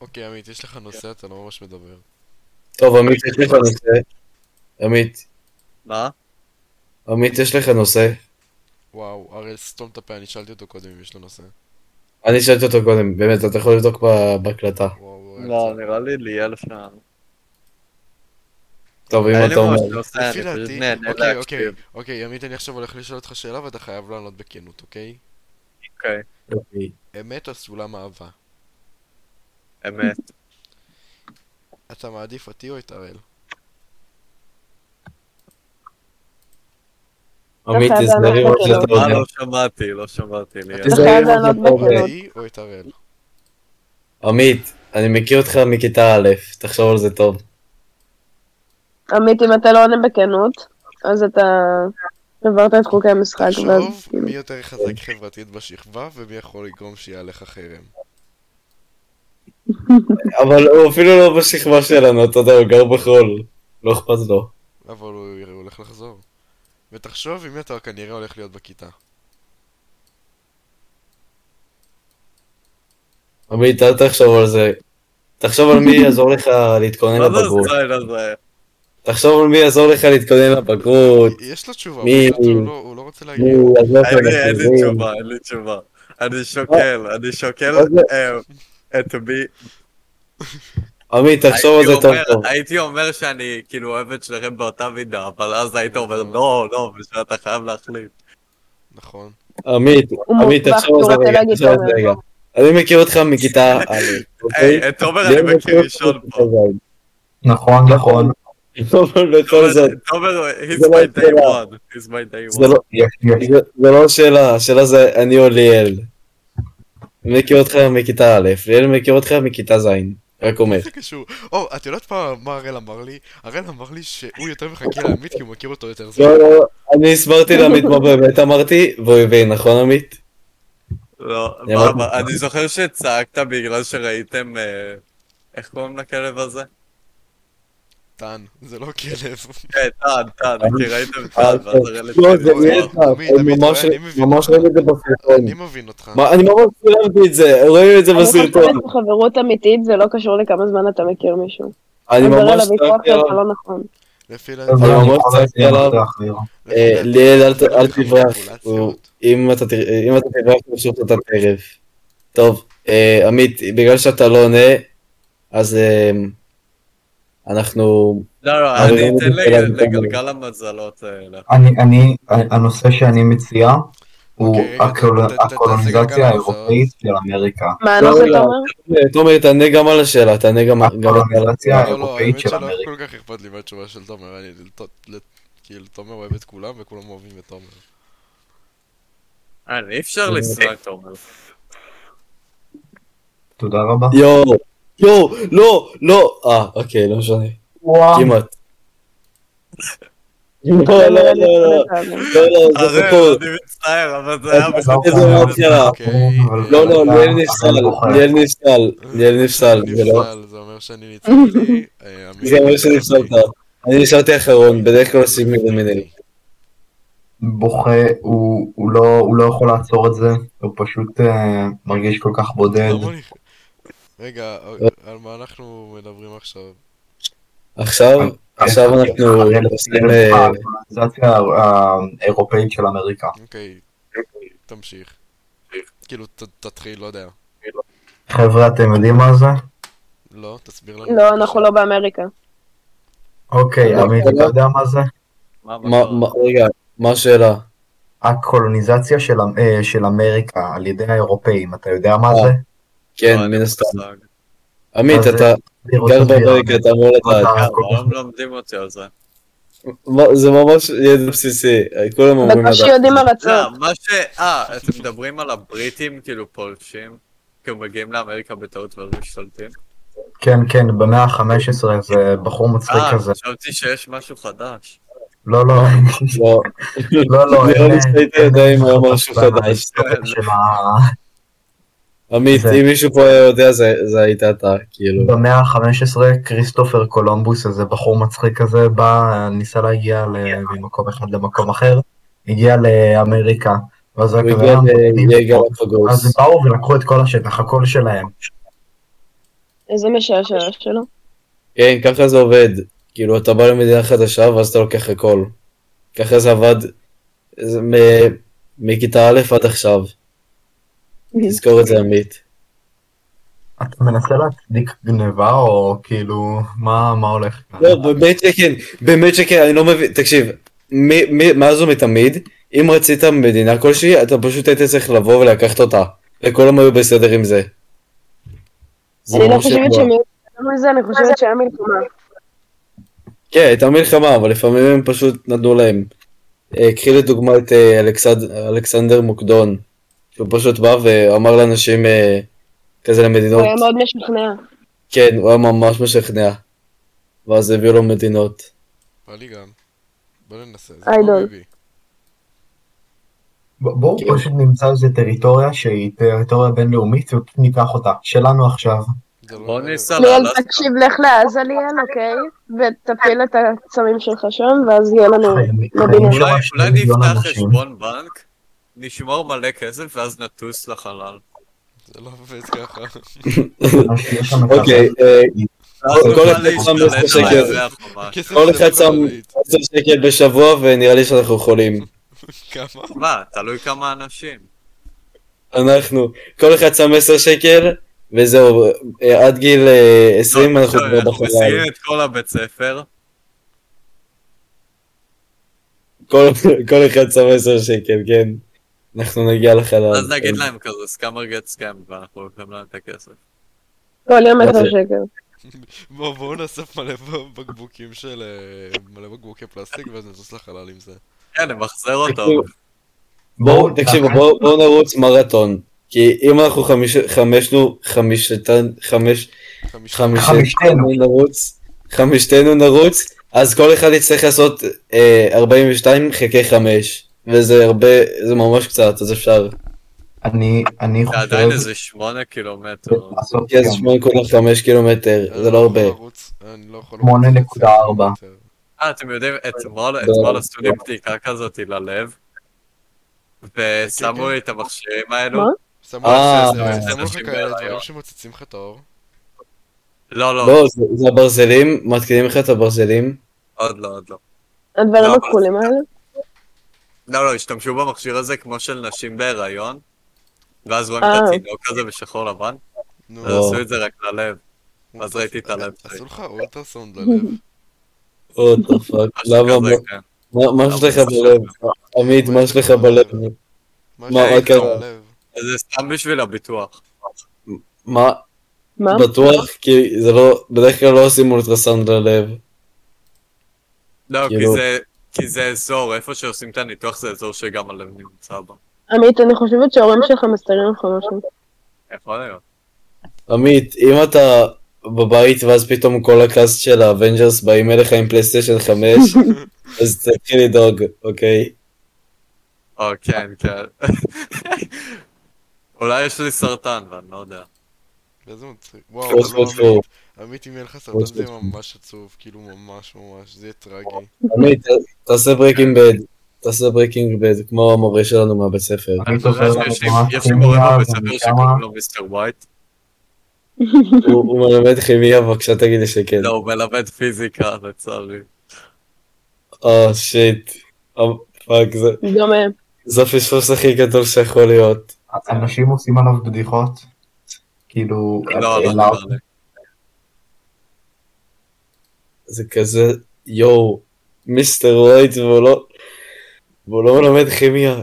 Speaker 1: אוקיי, עמית, יש לך נושא, אתה לא ממש מדבר.
Speaker 2: טוב, עמית, יש לך נושא. עמית,
Speaker 3: מה?
Speaker 2: עמית, יש לך נושא.
Speaker 1: וואו, הראל, סתום את הפה, אני שאלתי אותו קודם אם יש לו נושא.
Speaker 2: אני שאלתי אותו קודם, באמת, אתה יכול לבדוק ב- בהקלטה.
Speaker 1: וואו, הראל,
Speaker 3: לא,
Speaker 1: זה-
Speaker 3: נראה לי ליאל שם.
Speaker 2: טוב, אם
Speaker 3: אין לי
Speaker 2: אתה אומר.
Speaker 3: ממש נושא, אני לא
Speaker 1: לפי
Speaker 3: פשוט
Speaker 1: דעתי,
Speaker 3: נהנה
Speaker 1: אוקיי, אוקיי,
Speaker 3: להקשיב.
Speaker 1: אוקיי, עמית, אני עכשיו הולך לשאול אותך שאלה ואתה חייב לענות בכנות, אוקיי?
Speaker 3: אוקיי,
Speaker 2: אוקיי.
Speaker 1: אמת או סולם אהבה?
Speaker 3: אמת.
Speaker 1: אתה מעדיף אותי או את הראל?
Speaker 2: עמית,
Speaker 5: אתה
Speaker 2: תזדרי
Speaker 5: יודע,
Speaker 2: מה
Speaker 5: אוקיי,
Speaker 2: שאתה
Speaker 5: לא.
Speaker 3: מה
Speaker 2: יודע.
Speaker 3: לא שמעתי, לא שמעתי ליאל.
Speaker 5: אתה
Speaker 2: זה
Speaker 5: חייב
Speaker 2: היה
Speaker 5: לענות
Speaker 2: מאוד טוב.
Speaker 5: בכנות.
Speaker 1: אותי או את הראל?
Speaker 2: עמית, אני מכיר אותך מכיתה א', תחשוב על זה טוב.
Speaker 5: עמית, אם אתה לא עונה בכנות, אז אתה עברת את חוקי המשחק. ואז,
Speaker 1: תחשוב
Speaker 5: כאילו,
Speaker 1: מי יותר חזק חברתית בשכבה ומי יכול לגרום שיהיה עליך חרם.
Speaker 2: אבל הוא אפילו לא בשכבה שלנו, אתה יודע, הוא גר בחול. לא אכפת לו.
Speaker 1: אבל הוא הוא הולך לחזור. ותחשוב עם מי אתה כנראה הולך להיות בכיתה.
Speaker 2: עמית, אל תחשוב על זה. תחשוב על מי יעזור לך להתכונן
Speaker 3: *laughs* מה זה
Speaker 2: לבגרות.
Speaker 3: הזין הזה?
Speaker 2: תחשוב על מי יעזור לך להתכונן לבגרות.
Speaker 1: יש לו תשובה,
Speaker 2: מי-
Speaker 1: הוא פשוט הוא לא- הוא לא רוצה להגיד.
Speaker 2: מי יעזור לך
Speaker 3: אין לי- אין לי
Speaker 2: לחיזים.
Speaker 3: תשובה, אין לי תשובה. אני שוקל, אני שוקל
Speaker 2: מה זה?
Speaker 3: אה, את מי...
Speaker 2: עמית, תחשוב על
Speaker 3: הייתי
Speaker 2: זה טוב
Speaker 3: אומר-
Speaker 2: טוב.
Speaker 3: הייתי אומר שאני כאילו אוהב את שניכם באותה מידה, אבל אז היית אומר לא, לא, בשביל אתה חייב להחליט.
Speaker 1: נכון.
Speaker 2: עמית,
Speaker 5: הוא
Speaker 2: עמית,
Speaker 5: מופרך,
Speaker 2: תחשוב על
Speaker 5: הוא
Speaker 2: זה
Speaker 5: רוצה
Speaker 2: רגע,
Speaker 5: להגיד
Speaker 2: תחשוב על
Speaker 5: תומר.
Speaker 2: זה רגע. אני מכיר אותך מכיתה א', אוקיי?
Speaker 3: היי, את תומר
Speaker 2: אני
Speaker 3: אה, אני מכיר
Speaker 2: מכיר
Speaker 3: ראשון
Speaker 2: אותך לא,
Speaker 3: פה.
Speaker 2: *laughs*
Speaker 4: נכון, נכון,
Speaker 2: אבל בכל זאת,
Speaker 3: תומר, he's
Speaker 2: זה לא
Speaker 3: my day
Speaker 2: השאלה.
Speaker 3: one. he's my day
Speaker 2: זה
Speaker 3: one.
Speaker 2: לא-
Speaker 4: יש, יש.
Speaker 2: זה- זה לא השאלה, השאלה זה אני או ליאל. אני מכיר אותך מכיתה א', ליאל מכיר אותך מכיתה ז', רק אומר.
Speaker 1: זה קשור. או, את יודעת מה מה הראל אמר לי? הראל אמר לי שהוא יותר מחכה לעמית כי הוא מכיר אותו יותר זמן.
Speaker 2: לא, לא, אני הסברתי לעמית מה באמת אמרתי, והוא הבין, נכון עמית?
Speaker 3: לא,
Speaker 2: זה
Speaker 3: מה-
Speaker 2: מאוד
Speaker 3: מה- אני זוכר שצעקת בגלל שראיתם... אה, איך קוראים לכלב הזה?
Speaker 1: טן, זה לא כלב.
Speaker 3: כן, טען, טען, כי ראיתם
Speaker 2: אה,
Speaker 3: טען, ואז הראל
Speaker 2: לא,
Speaker 3: התחיל
Speaker 2: זה
Speaker 3: לצעוק.
Speaker 2: ליאל צעק,
Speaker 1: עמית,
Speaker 2: הם
Speaker 1: עמית,
Speaker 2: ממש-
Speaker 1: אני מבין
Speaker 2: ממש
Speaker 1: אותך.
Speaker 2: רואים את זה בסרטון.
Speaker 1: אני מבין אותך.
Speaker 2: מה, אני ממש צילמתי את זה, רואים את זה
Speaker 5: אני חושבת
Speaker 2: בסרטון.
Speaker 5: שחברות אמיתית זה לא קשור לכמה זמן אתה מכיר מישהו.
Speaker 2: אני
Speaker 5: אז
Speaker 2: ממש
Speaker 5: הרי לוויכוח
Speaker 2: צעקתי
Speaker 5: שלך
Speaker 2: עליו.
Speaker 5: לא נכון.
Speaker 1: לפי דעתי...
Speaker 4: אבל
Speaker 2: ממש
Speaker 4: אני יכול
Speaker 2: צעקתי
Speaker 4: להצביע
Speaker 2: עליו.
Speaker 4: בטוח, ליאור.
Speaker 1: לפי
Speaker 2: אה,
Speaker 1: דעתי-
Speaker 2: ליאל, אל ת- אל
Speaker 1: יש לך
Speaker 2: תברח,
Speaker 1: מניפולציות.
Speaker 2: הוא- אם אתה תר- אם אתה תברח, פשוט אתה תערב. טוב, אה, עמית, בגלל שאתה לא עונה, אז אה, אנחנו...
Speaker 3: לא, לא,
Speaker 2: אבל
Speaker 3: אני
Speaker 2: לא
Speaker 3: אתן
Speaker 2: מדבר על
Speaker 3: לג-
Speaker 2: זה.
Speaker 3: לגלגל המזלות אה, לה-
Speaker 4: אני, אני, הנושא שאני מציע הוא
Speaker 1: אוקיי, רגע,
Speaker 4: הקול-
Speaker 1: ת- ת- תעשה גם
Speaker 4: הקולוניזציה האירופאית של אמריקה.
Speaker 5: מה
Speaker 2: לא,
Speaker 5: הנושא
Speaker 2: לא.
Speaker 5: אתה אומר?
Speaker 2: תומר, תענה גם על השאלה, תענה גם גם על השאלה.
Speaker 4: הקולוניזציה
Speaker 1: לא, לא,
Speaker 4: האירופאית
Speaker 1: האמת
Speaker 4: כן, של
Speaker 1: שלא
Speaker 4: אמריקה.
Speaker 1: כל כך אכפת לי מהתשובה של תומר, אני... לת- לת- כאילו, תומר אוהב את כולם וכולם אוהבים את תומר.
Speaker 3: אה, אי אפשר לשנוא את תומר.
Speaker 4: תודה רבה.
Speaker 2: יואו, יואו, לא, לא, אה, אוקיי, לא משנה,
Speaker 4: וואו.
Speaker 2: כמעט. *laughs* לא, לא, לא, לא, לא, לא, זה
Speaker 3: הראל,
Speaker 2: סיפור.
Speaker 3: אה, אני מצטער, אבל
Speaker 2: אה,
Speaker 3: זה היה
Speaker 4: לא,
Speaker 3: בכלל...
Speaker 2: איזה
Speaker 4: לא,
Speaker 2: מאפיירה.
Speaker 1: אוקיי.
Speaker 4: אבל-
Speaker 2: לא, לא, ליאל נפסל,
Speaker 4: הראל בוחר.
Speaker 2: ליאל נפסל, ליאל נפסל, זה לא.
Speaker 1: נפסל, זה אומר שאני ניצחתי. אה, עמית,
Speaker 2: זה אומר שנפסלת. אני נשארתי אחרון, בדרך כלל עושים מילי מיני.
Speaker 4: בוכה, הוא, הוא, לא, הוא לא יכול לעצור את זה, הוא פשוט אה, מרגיש כל כך בודד.
Speaker 1: למה אני- רגע, על מה אנחנו מדברים עכשיו?
Speaker 2: עכשיו, עכשיו אנחנו עושים... אוקיי. אה,
Speaker 4: הקולוניזציה אה, האירופאית של אמריקה.
Speaker 1: אוקיי, תמשיך. כאילו, ת- תתחיל, לא יודע.
Speaker 4: חבר'ה, אתם יודעים מה זה?
Speaker 1: לא, תסביר לנו.
Speaker 5: לא, אנחנו לא באמריקה.
Speaker 4: אוקיי,
Speaker 2: לא,
Speaker 4: עמית, אתה יודע מה זה?
Speaker 2: מה- מה- רגע, מה השאלה?
Speaker 4: הקולוניזציה של, אמ- אה, של אמריקה על ידי האירופאים, אתה יודע מה זה?
Speaker 2: כן,
Speaker 3: לא,
Speaker 2: מן הסתם. עמית,
Speaker 4: אז,
Speaker 2: אתה
Speaker 4: תסביר,
Speaker 2: גר
Speaker 4: תסביר,
Speaker 2: בברקע,
Speaker 4: עמית.
Speaker 2: אתה אמור לדעת.
Speaker 4: אתה כל כך-
Speaker 3: כולם לומדים לא, אותי על זה.
Speaker 2: מה- זה ממש ידע בסיסי, אה, כולם אמורים
Speaker 5: בקושי
Speaker 2: לדעת.
Speaker 5: יודעים
Speaker 3: לא,
Speaker 5: ארצות.
Speaker 3: מה ש... אה, אתם מדברים על הבריטים כאילו פולשים? כי הם מגיעים לאמריקה בטעות ואז משתלטים?
Speaker 4: כן, כן, במאה ה-15 איזה בחור מצחיק
Speaker 3: אה,
Speaker 4: כזה.
Speaker 3: חשבתי שיש משהו חדש.
Speaker 2: *laughs*
Speaker 4: לא, לא,
Speaker 2: לא, אה,
Speaker 4: לא, לא.
Speaker 2: נראה לי
Speaker 4: אלה-
Speaker 2: שהיית יודע אם היה משהו
Speaker 4: אלה-
Speaker 2: חדש.
Speaker 3: אה,
Speaker 4: של ה-
Speaker 2: עמית,
Speaker 4: זה-
Speaker 2: אם מישהו פה היה יודע, זה זה היית אתה, כאילו.
Speaker 4: במאה ה-15 כריסטופר קולומבוס, איזה בחור מצחיק כזה, בא, ניסה להגיע ל- ממקום אחד למקום אחר, הגיע לאמריקה, ואז רק
Speaker 2: הוא הגיע
Speaker 4: היה- "אה,
Speaker 2: אה, לגלפגוס.
Speaker 4: אז הם באו ולקחו את כל השטח, הכל שלהם.
Speaker 5: איזה משעשע שלו.
Speaker 2: כן, ככה זה עובד. כאילו, אתה בא למדינה חדשה ואז אתה לוקח הכל. ככה זה עבד זה מ- מכיתה א' עד עכשיו. תזכור את זה, עמית.
Speaker 4: אתה מנסה להצדיק גניבה או כאילו, מה מה הולך כאן?
Speaker 2: לא, באמת שכן, באמת שכן, אני לא מבין, תקשיב, מ- מ- מאז ומתמיד, אם רצית מדינה כלשהי, אתה פשוט היית צריך לבוא ולקחת אותה. וכולם היו בסדר עם זה. זה
Speaker 5: אני לא
Speaker 2: ממש
Speaker 5: חושבת
Speaker 2: ידוע. לא.
Speaker 5: שהם ידעו מזה, אני חושבת שהיה מלחמה.
Speaker 2: כן, הייתה מלחמה, אבל לפעמים הם פשוט נתנו להם. אה, קחי לדוגמה את אה, אלכסד- אלכסנדר מוקדון, שהוא פשוט בא ואמר לאנשים אה, כזה
Speaker 5: הוא
Speaker 2: למדינות,
Speaker 5: היה מאוד משכנע.
Speaker 2: כן, הוא היה ממש משכנע. ואז הביאו לו מדינות.
Speaker 1: בא לי גם. בוא ננסה. זה לא
Speaker 5: איידול.
Speaker 1: חביבי.
Speaker 4: ב- בואו
Speaker 2: כן.
Speaker 4: פשוט נמצא איזה טריטוריה שהיא טריטוריה בינלאומית ופשוט ניקח אותה. שלנו עכשיו.
Speaker 1: זה לא
Speaker 3: בוא
Speaker 1: מעניין.
Speaker 3: ניסע
Speaker 5: ליאל,
Speaker 3: לאלסקה.
Speaker 5: תקשיב, לך לעזה ליאל, אוקיי? ותפיל את העצמים שלך שם, ואז יהיה לנו...
Speaker 4: חיים-
Speaker 5: לא
Speaker 4: חיים
Speaker 5: בינלאומית.
Speaker 4: שם
Speaker 3: אולי
Speaker 4: שני
Speaker 3: אולי
Speaker 4: מיליון
Speaker 3: נפתח
Speaker 4: אנשים.
Speaker 3: חשבון בנק, נשמור מלא כסף ואז נטוס לחלל.
Speaker 1: זה לא עובד
Speaker 3: *laughs*
Speaker 1: ככה.
Speaker 4: יש שם אחד.
Speaker 2: אוקיי, אה,
Speaker 3: ואז
Speaker 2: כל
Speaker 3: נוכל
Speaker 2: אחד שם
Speaker 3: להשתלט
Speaker 2: בשקל.
Speaker 3: על איזה החומה.
Speaker 1: הכסף
Speaker 2: כל
Speaker 1: הזה
Speaker 2: אחד
Speaker 1: לא
Speaker 2: שם
Speaker 1: בבית.
Speaker 2: 10 שקל בשבוע ונראה לי שאנחנו יכולים.
Speaker 1: כמה?
Speaker 3: מה, תלוי כמה אנשים.
Speaker 2: אנחנו, כל אחד שם 10 שקל וזהו, אה, עד גיל אה, 20
Speaker 3: לא,
Speaker 2: אנחנו
Speaker 3: לא,
Speaker 2: כבר בחלל.
Speaker 3: מסיעים את כל הבית ספר,
Speaker 2: כל, כל אחד שם 10 שקל, כן. אנחנו נגיע לחלל. כן.
Speaker 3: אז נגיד להם כזה סקאמר גט סקאם, ואנחנו לוקחים להם את הכסף.
Speaker 5: כל יום
Speaker 2: מה זה?
Speaker 5: עשר שקל.
Speaker 1: בואו בואו נאסף מלא בקבוקים של... אה, מלא בקבוקי פלסטיק ואז נטוס לחלל עם זה.
Speaker 3: כן, נמחזר אותו.
Speaker 2: תקשיבו, בואו,
Speaker 4: אה,
Speaker 2: תקשיבו, בואו בואו נרוץ מרתון. כי אם אנחנו חמיש- חמשנו, חמישתן, חמש,
Speaker 1: חמישה.
Speaker 2: חמישתנו
Speaker 4: חמישתנו.
Speaker 2: נרוץ, חמישתנו נרוץ, אז כל אחד יצטרך לעשות אה, 42 חלקי 5. וזה הרבה, זה ממש קצת, אז אפשר.
Speaker 4: אני אני
Speaker 3: זה עדיין
Speaker 4: חושב
Speaker 3: איזה שמונה קילומטר.
Speaker 4: לעשות
Speaker 2: כי אז
Speaker 4: גם
Speaker 2: 8.5 קילומטר, זה לא הרבה.
Speaker 1: אה, אני יכול לרוץ, אני לא יכול לרוץ.
Speaker 4: שמונה נקודה ארבע.
Speaker 3: אה, אתם יודעים, אתמול
Speaker 2: לא,
Speaker 3: אתמול
Speaker 2: לא.
Speaker 3: עשו לי בדיקה כזאת ללב,
Speaker 1: כן,
Speaker 3: ושמו
Speaker 1: כן.
Speaker 3: לי את המכשירים האלו.
Speaker 5: מה?
Speaker 1: שמו
Speaker 2: אה,
Speaker 1: לך-
Speaker 3: זה
Speaker 1: שמו לך
Speaker 3: אנשים
Speaker 1: כאלה דברים
Speaker 3: בהיריון.
Speaker 1: שמוצצים לך את האור.
Speaker 3: לא, לא,
Speaker 2: לא, זה- זה הברזלים, מתקינים לך את הברזלים.
Speaker 3: עוד לא, עוד לא.
Speaker 5: הדברים
Speaker 3: לא, אבל-
Speaker 5: הכחולים האלה?
Speaker 3: לא, לא, השתמשו במכשיר הזה כמו של נשים בהיריון, ואז רואים את
Speaker 5: אה.
Speaker 3: התינוק הזה בשחור לבן,
Speaker 2: לא.
Speaker 1: נו,
Speaker 3: אז עשו את זה רק ללב. אה, אז
Speaker 1: הוא-
Speaker 3: ראיתי את הלב שלי.
Speaker 1: עשו לך
Speaker 2: *laughs*
Speaker 1: אולטרסאונד ללב.
Speaker 2: עוד פאק,
Speaker 3: משהו
Speaker 2: למה, לא-
Speaker 3: כזה, לא. כן.
Speaker 2: מה- מה יש לך בלב? עמית, מה יש לך בלב?
Speaker 1: מה
Speaker 2: מה,
Speaker 1: שהיה
Speaker 2: מה קרה?
Speaker 1: ללב.
Speaker 3: אז זה סתם בשביל הביטוח.
Speaker 2: מה?
Speaker 5: מה?
Speaker 2: בטוח? כי זה לא, בדרך כלל לא עושים אולטרסאונד ללב.
Speaker 3: לא, כי
Speaker 2: כאילו-
Speaker 3: זה... כי זה אזור, איפה שעושים את הניתוח זה אזור שגם הלב נמצא בו.
Speaker 5: עמית, אני חושבת שההורים שלך מסתירים לך משהו.
Speaker 3: יכול להיות.
Speaker 2: עמית, אם אתה בבית ואז פתאום כל הקאסט של האבנג'רס באים אליך עם פלייסטיישן 5, אז תתחיל לדאוג, אוקיי?
Speaker 3: או, כן, כן. אולי יש לי סרטן, ואני לא יודע.
Speaker 1: איזה מצחיק. וואו,
Speaker 2: פרוס
Speaker 1: לא
Speaker 2: פרוס פרוס.
Speaker 1: עמית. עמית, אם יהיה לך סרטן
Speaker 2: פרוס,
Speaker 1: זה יהיה
Speaker 2: פרוס.
Speaker 1: ממש עצוב. כאילו, ממש ממש. זה יהיה טרגי.
Speaker 2: עמית, תעשה ברקינג בד. תעשה ברקינג בד, כמו המורה שלנו מהבית ספר.
Speaker 1: *laughs*
Speaker 4: אני
Speaker 3: אני זוכר
Speaker 4: זוכר
Speaker 3: שיש לי-
Speaker 4: לנו ממש
Speaker 3: יש לי מורה
Speaker 4: כימיה
Speaker 3: בבית ספר
Speaker 4: ומשמה-
Speaker 3: שקוראים לו מיסטר ווייט.
Speaker 2: הוא הוא מלמד כימיה, בבקשה תגיד לי שכן.
Speaker 3: לא, הוא מלמד פיזיקה, לצערי.
Speaker 2: אה, שיט. אה, פאק, זה-
Speaker 5: דומה.
Speaker 2: זה הפספוס הכי גדול שיכול להיות.
Speaker 4: אנשים עושים עליו בדיחות. כאילו,
Speaker 3: לא, לא,
Speaker 4: אליו.
Speaker 3: לא. לא.
Speaker 2: זה כזה, יואו, מיסטר ווייט, והוא לא... והוא לא מלמד כימיה.
Speaker 3: לא.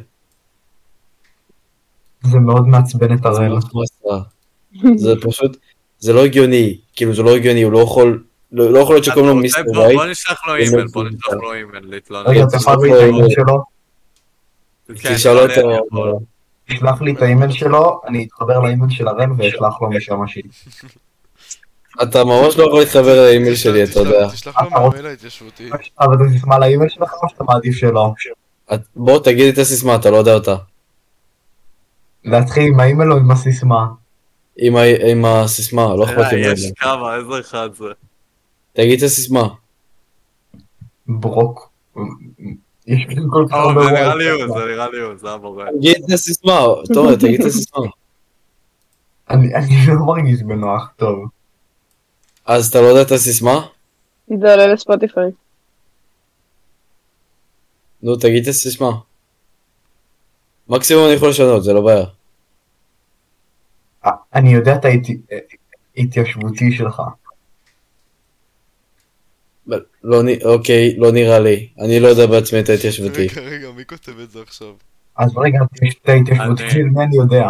Speaker 4: זה מאוד מעצבן את
Speaker 2: זה
Speaker 4: הראל.
Speaker 2: ממש מסע. זה פשוט, זה לא הגיוני. כאילו, זה לא הגיוני, הוא לא יכול... לא לא יכול להיות שקוראים לו
Speaker 3: אתה
Speaker 2: מיסטר
Speaker 3: רוצה- אוקיי, בוא-
Speaker 2: ווייט.
Speaker 3: בוא נשלח לו
Speaker 2: וזה
Speaker 3: אימייל, בוא
Speaker 2: פיזיקה.
Speaker 3: נשלח לו אימייל, להתלונן.
Speaker 4: רגע,
Speaker 2: כן,
Speaker 4: תשלח לי את
Speaker 2: זה-
Speaker 4: האימייל שלו,
Speaker 3: כן,
Speaker 2: תשאל אותו...
Speaker 3: אני יכול.
Speaker 4: תשלח לי את האימייל שלו, אני אתחבר לאימייל של הראל ואשלח לו משם השני.
Speaker 2: אתה ממש לא יכול להתחבר לאימייל
Speaker 1: תשלח-
Speaker 2: שלי, אתה
Speaker 1: תשלח-
Speaker 2: יודע.
Speaker 1: תשלח לו
Speaker 4: אתה רוצה-
Speaker 1: מהמייל ההתיישבותי.
Speaker 4: אבל אתה תשמע לאימייל שלך או שאתה מעדיף שלא?
Speaker 2: את- בוא, תגיד לי את הסיסמה, אתה לא יודע אותה.
Speaker 4: להתחיל עם האימייל או עם הסיסמה?
Speaker 2: עם ה- עם הסיסמה, לא אכפת לי
Speaker 3: אה,
Speaker 2: מה
Speaker 3: יש
Speaker 2: זה.
Speaker 3: כמה, איזה אחד זה.
Speaker 2: תגיד את הסיסמה.
Speaker 4: ברוק. יש כל כך
Speaker 3: אה,
Speaker 4: הרבה
Speaker 3: זה נראה
Speaker 4: וואי.
Speaker 3: לי הוא, זה נראה לי הוא, זה המורה.
Speaker 2: תגיד את הסיסמה, תומר, תגיד את הסיסמה.
Speaker 4: אני אני לא מרגיש בנוח, טוב.
Speaker 2: אז אתה לא יודע את הסיסמה?
Speaker 5: זה עולה לספוטיפיי.
Speaker 2: נו, תגיד את הסיסמה. מקסימום אני יכול לשנות, זה לא בעיה.
Speaker 4: אה, אני יודע את ההתיישבותי שלך.
Speaker 2: אבל לא נ- אוקיי, לא נראה לי. אני לא יודע בעצמי את ההתיישבותי.
Speaker 5: אוקיי.
Speaker 1: רגע, רגע, מי כותב את זה עכשיו?
Speaker 4: אז רגע, יש את ההתיישבותי,
Speaker 3: אני-
Speaker 4: של מי אני יודע.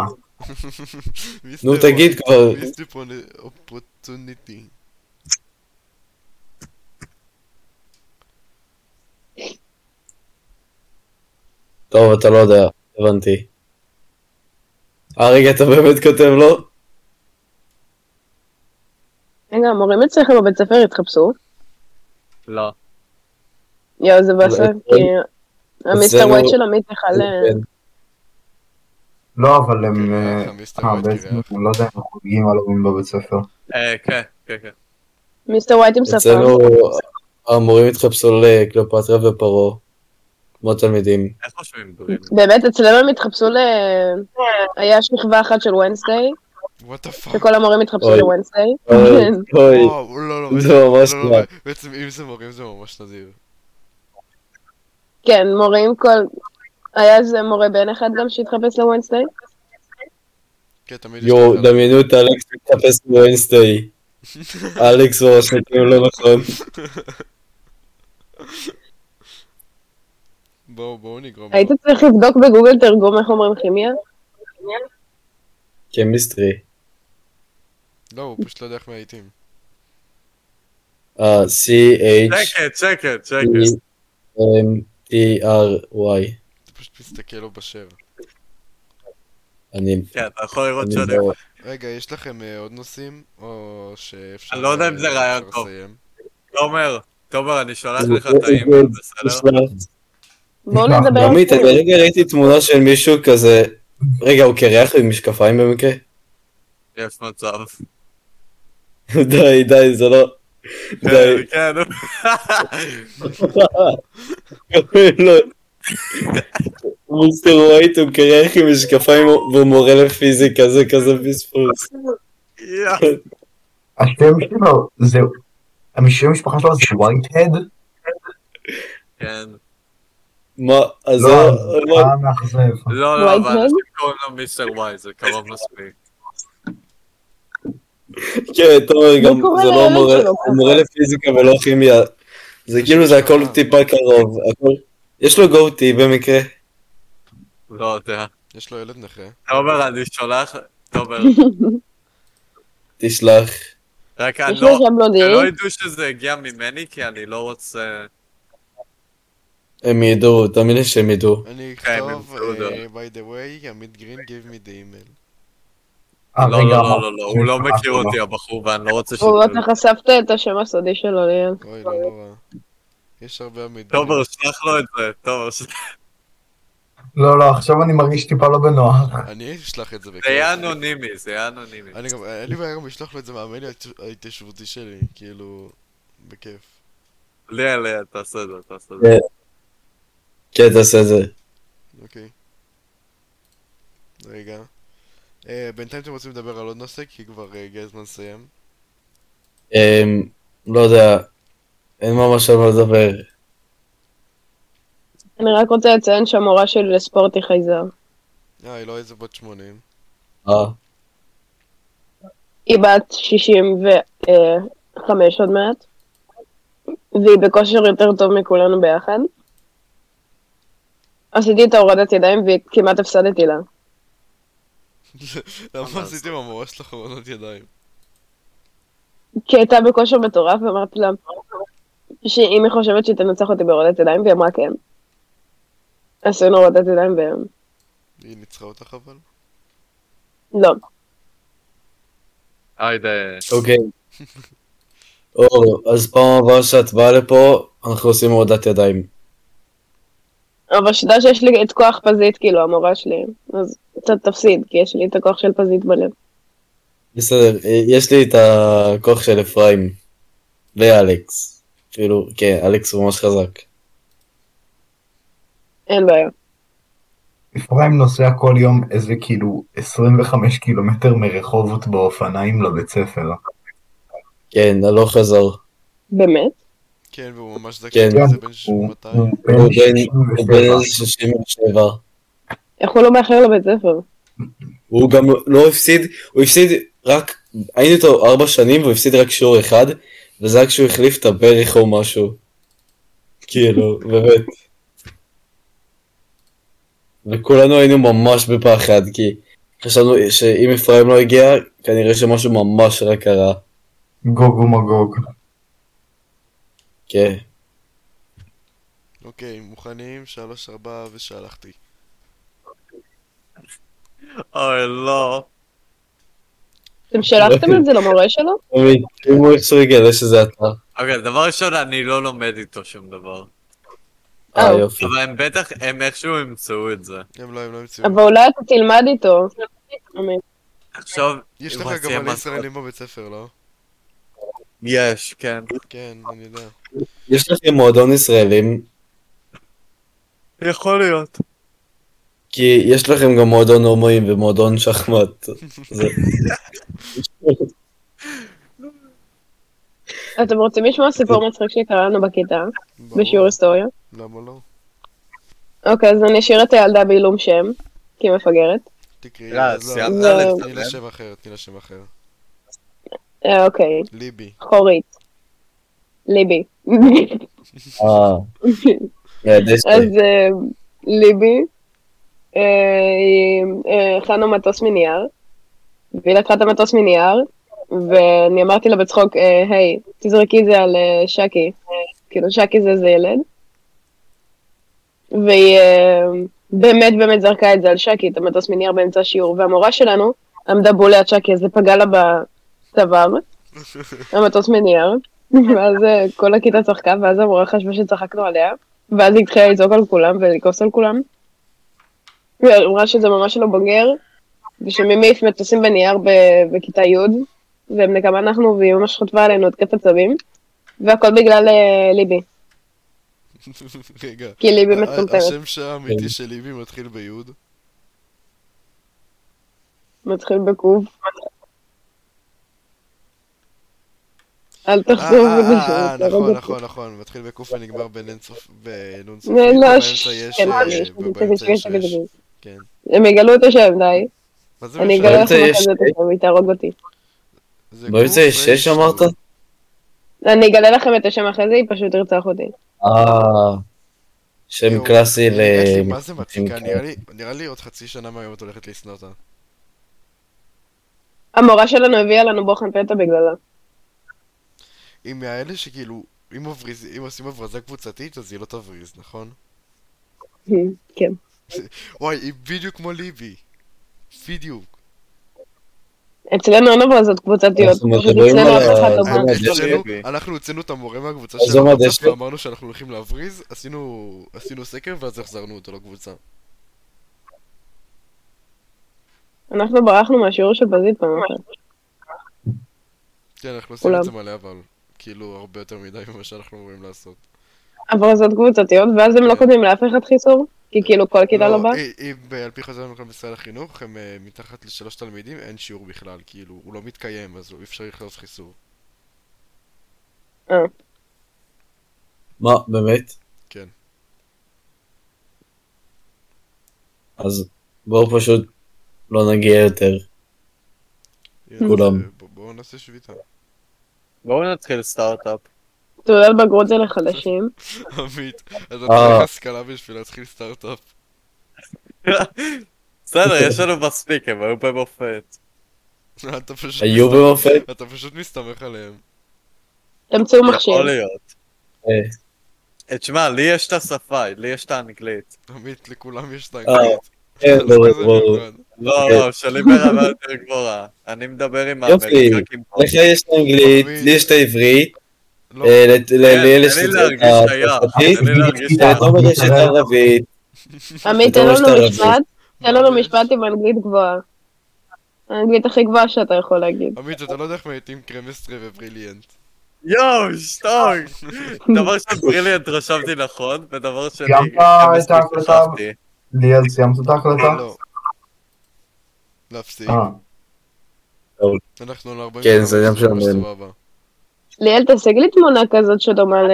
Speaker 1: מיסטר
Speaker 2: נו, תגיד כבר.
Speaker 1: מיסטר אופורטוניטי.
Speaker 4: אה,
Speaker 2: טוב, אתה לא יודע, הבנתי. אה, רגע, אתה באמת כותב לא? לו?
Speaker 5: רגע, המורים אצלכם בבית ספר התחפשו?
Speaker 3: לא.
Speaker 5: יואו, זה באסה,
Speaker 2: אצלנו-
Speaker 5: כי המיסטר
Speaker 2: אצלנו-
Speaker 5: ווייט של עמית יכל... אה,
Speaker 2: כן.
Speaker 4: לא, אבל
Speaker 1: כן,
Speaker 3: כן,
Speaker 4: הם... אה,
Speaker 1: ככה, מיסטר
Speaker 4: אה,
Speaker 1: ווייט
Speaker 4: בעצם,
Speaker 1: קירח.
Speaker 4: אני לא יודע אם הם חוגגים הלווים בבית ספר.
Speaker 3: אה, כן, כן, כן.
Speaker 5: מיסטר ווייט עם שפה.
Speaker 2: אצלנו המורים התחפשו לקליאופטרה ופרעה, כמו תלמידים.
Speaker 3: איך חושבים דברים?
Speaker 5: באמת, אצלנו הם התחפשו ל... היה שכבה אחת של ונסדיי,
Speaker 1: וואט הפאק.
Speaker 5: שכל המורים התחפשו
Speaker 2: אוי.
Speaker 5: לוונסדיי.
Speaker 2: אוי, אוי,
Speaker 1: וואו, לא, לא,
Speaker 2: זה
Speaker 1: בעצם-
Speaker 2: ממש
Speaker 1: לא, לא,
Speaker 2: נורא.
Speaker 1: בעצם אם זה מורים זה ממש נדיר.
Speaker 5: *laughs* כן, מורים כל... היה איזה מורה בן אחד גם שהתחפש לוונסדיי?
Speaker 1: כן, תמיד יש
Speaker 2: יואו, לא.
Speaker 1: לך-
Speaker 2: דמיינו את אלכס מתחפש לווינסטיי. אלכס הוא השנתיים לא נכון.
Speaker 1: בואו, בואו נגרום. לו.
Speaker 5: היית צריך לבדוק בגוגל תרגום איך אומרים כימיה?
Speaker 2: קמיסטרי.
Speaker 1: לא, הוא פשוט לא יודע איך מהעיתים.
Speaker 2: אה, C-H-M-T-R-Y.
Speaker 3: שקט, שקט, שקט.
Speaker 2: E
Speaker 1: אתה פשוט מסתכל לו בשם.
Speaker 2: אני...
Speaker 3: כן, אתה יכול לראות
Speaker 2: אני
Speaker 3: שאני...
Speaker 2: לא-
Speaker 1: רגע, יש לכם אה, עוד נושאים? או שאפשר...
Speaker 3: אני לא יודע אם זה
Speaker 1: אה,
Speaker 3: רעיון
Speaker 1: אפשר
Speaker 3: טוב.
Speaker 1: לסיים?
Speaker 3: תומר, תומר, אני שולח
Speaker 2: זה-
Speaker 3: לך
Speaker 2: זה-
Speaker 3: את האימייל,
Speaker 2: זה-
Speaker 3: בסדר?
Speaker 5: בואו
Speaker 4: נשמע,
Speaker 5: נדבר על
Speaker 2: לא- עמית, אני
Speaker 5: כימיה.
Speaker 2: רגע ראיתי תמונה של מישהו כזה... רגע, הוא קרח עם משקפיים במקרה? *laughs*
Speaker 3: יש מצב.
Speaker 2: די, די, זה לא... די.
Speaker 3: כן, כן.
Speaker 2: *laughs* לא. מיסטר ווייט הוא קרח עם משקפיים והוא מורה לפיזיקה, זה כזה פספוס.
Speaker 3: יואו.
Speaker 4: השם שלו כאילו, זה... השם המשפחה שלו זה וייטהד?
Speaker 3: כן.
Speaker 2: מה, אז
Speaker 4: לא,
Speaker 2: לא,
Speaker 4: זה היה מאכזב.
Speaker 3: לא, לא, אבל
Speaker 5: Whitehead?
Speaker 3: אנשים קוראים לו מיסטר וואי, זה קרוב מספיק.
Speaker 2: כן, תומר, גם
Speaker 5: קורה
Speaker 2: זה לא
Speaker 5: לילד
Speaker 2: מורה,
Speaker 5: שלו?
Speaker 2: הוא מורה לפיזיקה ולא כימיה. זה כאילו, זה הכל טיפה קרוב, הכל... יש לו גו-טי במקרה.
Speaker 3: לא יודע.
Speaker 1: יש לו ילד נכה.
Speaker 3: תומר, אני שולח... תומר,
Speaker 2: תשלח.
Speaker 3: רק אני
Speaker 5: יש לו
Speaker 3: לא...
Speaker 5: שם בלונדיני?
Speaker 3: שלא ידעו שזה הגיע ממני, כי אני לא רוצה...
Speaker 2: הם ידעו, תאמין לי שהם ידעו.
Speaker 1: אני
Speaker 3: כן,
Speaker 1: אכתוב,
Speaker 3: הם ימצאו
Speaker 1: אה, by the way, עמית גרין give me the email.
Speaker 4: אה,
Speaker 3: לא,
Speaker 4: רגע,
Speaker 3: לא, לא,
Speaker 4: אמרתי
Speaker 3: לא, לא,
Speaker 4: שם
Speaker 3: הוא
Speaker 2: אה,
Speaker 3: לא
Speaker 4: המשפחה
Speaker 3: מכיר
Speaker 4: שלו.
Speaker 3: אותי, הבחור, ואני לא רוצה ש...
Speaker 5: הוא אתה חשפת את השם הסודי שלו ליאל.
Speaker 1: אוי, לא נורא. יש הרבה עמית גרין.
Speaker 3: תומר, שלח לו את זה, תומר, שלח-
Speaker 4: לא, לא, עכשיו אני מרגיש טיפה לא בנוח.
Speaker 1: אני אשלח את זה בכיף.
Speaker 3: זה יהיה אנונימי, זה יהיה אנונימי.
Speaker 1: אני גם, אה, אין לי בעיה גם לשלוח לו את זה מהמייל ההת- ההתיישבותי שלי, כאילו, בכיף.
Speaker 3: ליה, ליה, תעשה את זה, תעשה את
Speaker 2: אה,
Speaker 3: זה.
Speaker 2: כן, תעשה את זה.
Speaker 1: אוקיי. רגע. אה, בינתיים אתם רוצים לדבר על עוד נושא, כי כבר אה, הגיע הזמן לסיים.
Speaker 2: אמ, לא יודע, אין ממש על מה לדבר.
Speaker 5: אני רק רוצה לציין שהמורה שלי לספורט היא חייזר.
Speaker 1: אה, היא לא איזה בת 80.
Speaker 2: אה,
Speaker 5: היא בת 65 עוד מעט, והיא בכושר יותר טוב מכולנו ביחד. עשיתי את ההורדת ידיים וכמעט הפסדתי לה.
Speaker 1: למה
Speaker 3: מה
Speaker 1: עשיתם המורה שלך עונות ידיים?
Speaker 5: כי הייתה בכושר מטורף, ואמרתי לה שאם היא חושבת שהיא תנצח אותי בהורדת ידיים, והיא אמרה כן. עשינו הורדת ידיים והם...
Speaker 1: היא ניצחה אותך אבל?
Speaker 5: לא.
Speaker 3: היידה,
Speaker 2: אוקיי. אור, אז פעם הבאה שאת באה לפה, אנחנו עושים הורדת ידיים.
Speaker 5: אבל שתדע שיש לי את כוח פזית, כאילו, המורה שלי. אז קצת תפסיד, כי יש לי את הכוח של פזית בלב.
Speaker 2: בסדר, אה, יש לי את הכוח של אפרים ואלכס. כאילו, כן, אלכס הוא ממש חזק.
Speaker 5: אין בעיה.
Speaker 4: אפרים נוסע כל יום איזה כאילו 25 קילומטר מרחובות באופניים לבית ספר.
Speaker 2: כן, הלוך חזור.
Speaker 5: באמת?
Speaker 1: כן, והוא ממש
Speaker 2: כן.
Speaker 1: זקן, זה בן
Speaker 4: הוא
Speaker 1: 200.
Speaker 4: הוא בן
Speaker 2: הוא בן- הוא בן
Speaker 4: 67.
Speaker 2: 67.
Speaker 5: איך הוא לא מאחר לבית ספר?
Speaker 2: הוא גם לא הפסיד, הוא הפסיד רק, היינו איתו ארבע שנים והוא הפסיד רק שיעור אחד, וזה רק כשהוא החליף את הברך או משהו. כאילו, באמת. וכולנו היינו ממש בפחד, כי חשבנו שאם אפרים לא הגיע, כנראה שמשהו ממש רע קרה.
Speaker 4: גוג ומגוג.
Speaker 2: כן.
Speaker 1: אוקיי, מוכנים? שלוש, ארבע, ושלחתי.
Speaker 3: אוי, לא.
Speaker 5: אתם שלחתם את זה למורה שלו?
Speaker 2: עמית, אם הוא יצא יגלה שזה אתה.
Speaker 3: אוקיי, דבר ראשון, אני לא לומד איתו שום דבר.
Speaker 2: אה,
Speaker 5: אה.
Speaker 2: יופי.
Speaker 3: אבל הם בטח, הם איכשהו ימצאו את זה.
Speaker 1: הם לא, הם לא המציאו.
Speaker 5: אבל אולי אתה תלמד איתו.
Speaker 3: עכשיו,
Speaker 1: יש
Speaker 3: הוא
Speaker 1: לך
Speaker 3: רוצה
Speaker 1: גם מלא
Speaker 3: מסקות.
Speaker 1: ישראלים בבית ספר, לא?
Speaker 3: יש, כן.
Speaker 1: כן, אני יודע.
Speaker 2: יש לכם מועדון ישראלים,
Speaker 3: יכול להיות.
Speaker 2: כי יש לכם גם מועדון הומואים ומועדון שחמט. זה-
Speaker 5: אתם רוצים לשמוע סיפור מצחיק שקראנו בכיתה, בשיעור
Speaker 1: ברור.
Speaker 5: היסטוריה?
Speaker 1: למה לא?
Speaker 5: אוקיי, אז אני אשאיר את הילדה בעילום שם, כי היא מפגרת.
Speaker 1: תקראי.
Speaker 3: לא,
Speaker 1: אז
Speaker 3: סיימת
Speaker 5: זה-
Speaker 3: לסיים?
Speaker 1: תני לה שם אחר, תני לה שם אחר.
Speaker 5: אה, אוקיי,
Speaker 1: ליבי. *laughs*
Speaker 5: חורית. ליבי. *laughs*
Speaker 2: אה, יעדי
Speaker 5: אז
Speaker 2: שתי.
Speaker 5: אה, ליבי, אה, היא אה, הכנו מטוס מנייר, והיא לקחה את המטוס מנייר, ואני אמרתי לה בצחוק, אה, היי, תזרקי את זה על אה, שקי, כאילו שקי זה איזה ילד, והיא אה, באמת באמת זרקה את זה על שקי, את המטוס מנייר באמצע השיעור, והמורה שלנו עמדה בול ליד שקי, אז זה פגע לה בצוואר, המטוס מנייר, ואז אה, כל הכיתה צחקה, ואז המורה חשבה שצחקנו עליה. ואז היא התחילה לזעוק על כולם ולכעוס על כולם. היא אמרה שזה ממש לא בוגר, ושמימי העיף מטוסים בנייר ב- בכיתה י', והם נקמה אנחנו, והיא ממש חוטבה עלינו התקף עצבים, והכל בגלל אה, ליבי,
Speaker 1: רגע.
Speaker 5: כי ליבי
Speaker 1: ה- ה-
Speaker 5: מטומטמת,
Speaker 1: השם
Speaker 2: כן.
Speaker 1: האמיתי של ליבי מתחיל
Speaker 5: *laughs*
Speaker 1: ביוד. אה,
Speaker 5: מתחיל בקוב. אל
Speaker 1: אה,
Speaker 5: תחזור לא
Speaker 1: אה, אה,
Speaker 5: ותשאיר אותי.
Speaker 1: נכון, נכון, נכון. מתחיל בקוף ונגמר בנ"ן סוף... בנ"ן סוף.
Speaker 5: זה לא
Speaker 1: באמצע
Speaker 5: ש...
Speaker 1: יש...
Speaker 5: כן,
Speaker 1: אה,
Speaker 5: יש,
Speaker 1: ובאמצע
Speaker 5: יש,
Speaker 1: יש...
Speaker 5: יש, יש.
Speaker 1: יש. כן.
Speaker 5: הם יגלו את השם, די.
Speaker 1: מה זה
Speaker 5: אני
Speaker 1: משנה?
Speaker 5: אגלה לכם
Speaker 2: באמצע
Speaker 5: אחרי
Speaker 2: יש-
Speaker 5: זה את השם, היא תהרוג אותי.
Speaker 1: זה
Speaker 2: באמצע
Speaker 1: קוף
Speaker 2: יש שש
Speaker 1: ויש-
Speaker 2: אמרת?
Speaker 5: אני אגלה לכם את השם אחרי זה, היא פשוט תרצח אותי.
Speaker 2: אה, שם
Speaker 1: יואו.
Speaker 2: קלאסי ל...
Speaker 1: נראית לי מה זה מצחיקה?
Speaker 2: כן.
Speaker 1: נראה לי- נראה לי עוד חצי שנה מהיום את הולכת לשנוא אותה.
Speaker 5: המורה שלנו הביאה לנו בוחן פתע בגללה.
Speaker 1: היא מאלה שכאילו, אם, מבריז, אם עושים הברזה קבוצתית, אז היא לא תבריז, נכון?
Speaker 5: כן.
Speaker 1: וואי, היא בדיוק כמו ליבי. בדיוק.
Speaker 5: אצלנו אין הברזות קבוצתיות,
Speaker 2: אנחנו
Speaker 5: פשוט
Speaker 2: מדברים
Speaker 5: אצלנו
Speaker 2: על
Speaker 5: אף אחד
Speaker 2: ה-
Speaker 5: לא
Speaker 2: זה
Speaker 5: בא.
Speaker 2: מה-
Speaker 1: אצלנו-
Speaker 3: ליבי.
Speaker 1: אנחנו הוצאנו את המורה מהקבוצה
Speaker 2: אז
Speaker 1: של
Speaker 2: עומד,
Speaker 1: הקבוצה
Speaker 2: יש לי-
Speaker 1: ואמרנו שאנחנו הולכים להבריז, עשינו, עשינו סקר ואז החזרנו אותו לקבוצה.
Speaker 5: אנחנו ברחנו מהשיעור של פזית פעם אחת.
Speaker 1: כן, אנחנו עושים
Speaker 5: כולם.
Speaker 1: את זה מלא, אבל כאילו הרבה יותר מדי ממה שאנחנו אמורים לעשות.
Speaker 5: הברזות קבוצתיות, ואז הם לא כותבים לאף אחד חיסור, כי כאילו כל כיתה לא באה.
Speaker 3: אה.
Speaker 1: היא- היא ב- אה, על פי חוזר מנכ"ל משרד החינוך, הם אה, מתחת לשלוש תלמידים, אין שיעור בכלל, כאילו, הוא לא מתקיים, אז אי אפשר לכתוב חיסור.
Speaker 2: מה, באמת?
Speaker 1: כן.
Speaker 2: אז בואו פשוט לא נגיע יותר.
Speaker 1: הנה,
Speaker 2: כולם.
Speaker 1: זה- בוא- בואו נעשה שביתה. *laughs*
Speaker 3: בואו נתחיל סטארט-אפ.
Speaker 5: תעודת בגרות זה לחלשים.
Speaker 1: עמית, אז אתה
Speaker 2: אה.
Speaker 1: צריך השכלה בשביל להתחיל סטארט-אפ.
Speaker 3: *laughs*
Speaker 1: *laughs*
Speaker 3: בסדר, יש לנו מספיק, הם היו במופת.
Speaker 1: אתה פשוט...
Speaker 2: היו
Speaker 1: מסת-
Speaker 2: במופת?
Speaker 1: אתה פשוט מסתמך עליהם.
Speaker 5: תמצאו לא מחשב.
Speaker 3: יכול להיות.
Speaker 2: אה,
Speaker 3: אה, תשמע, לי יש את השפה, לי יש את האנגלית.
Speaker 1: עמית, לכולם יש את
Speaker 2: אה,
Speaker 1: האנגלית.
Speaker 2: כן,
Speaker 1: אז
Speaker 2: ברור,
Speaker 1: כזה
Speaker 2: ברור.
Speaker 1: מיוחד.
Speaker 3: לא, לא, שלי ברמה יותר גבוהה. אני מדבר עם
Speaker 2: יופי.
Speaker 3: האמריקאים. פה.
Speaker 2: לך יש את האנגלית, לי יש את העברית,
Speaker 1: לא,
Speaker 2: אה, ל- ל-
Speaker 3: כן,
Speaker 2: לאלה
Speaker 3: תן לי
Speaker 2: שזה-
Speaker 3: להרגיש
Speaker 2: אה,
Speaker 3: שייך,
Speaker 2: הצרפתית,
Speaker 3: תן לי להרגיש שייך.
Speaker 2: לתומר יש את הערבית,
Speaker 5: עמית,
Speaker 2: אתה
Speaker 5: תן
Speaker 2: ממש
Speaker 5: לנו
Speaker 2: תערב
Speaker 5: משפט, תן
Speaker 1: מה
Speaker 5: לנו
Speaker 1: יש?
Speaker 5: משפט עם אנגלית גבוהה. האנגלית הכי גבוהה שאתה יכול להגיד.
Speaker 1: עמית, אתה לא יודע איך מאייתים קרמסטרי ובריליאנט.
Speaker 3: יואו, *laughs* שטוק! דבר שבריליאנט רשמתי נכון, ודבר שני...
Speaker 4: סיימת
Speaker 3: גם
Speaker 4: את ההקלטה?
Speaker 3: שכחתי.
Speaker 4: ליאל, סיימת את ההקלטה?
Speaker 1: לא.
Speaker 3: לא,
Speaker 1: להפסיק.
Speaker 4: אה,
Speaker 1: אנחנו על 40
Speaker 2: כן, זה גם שם.
Speaker 1: סבבה.
Speaker 5: ליאל, תשיג לי תמונה כזאת שדומה ל...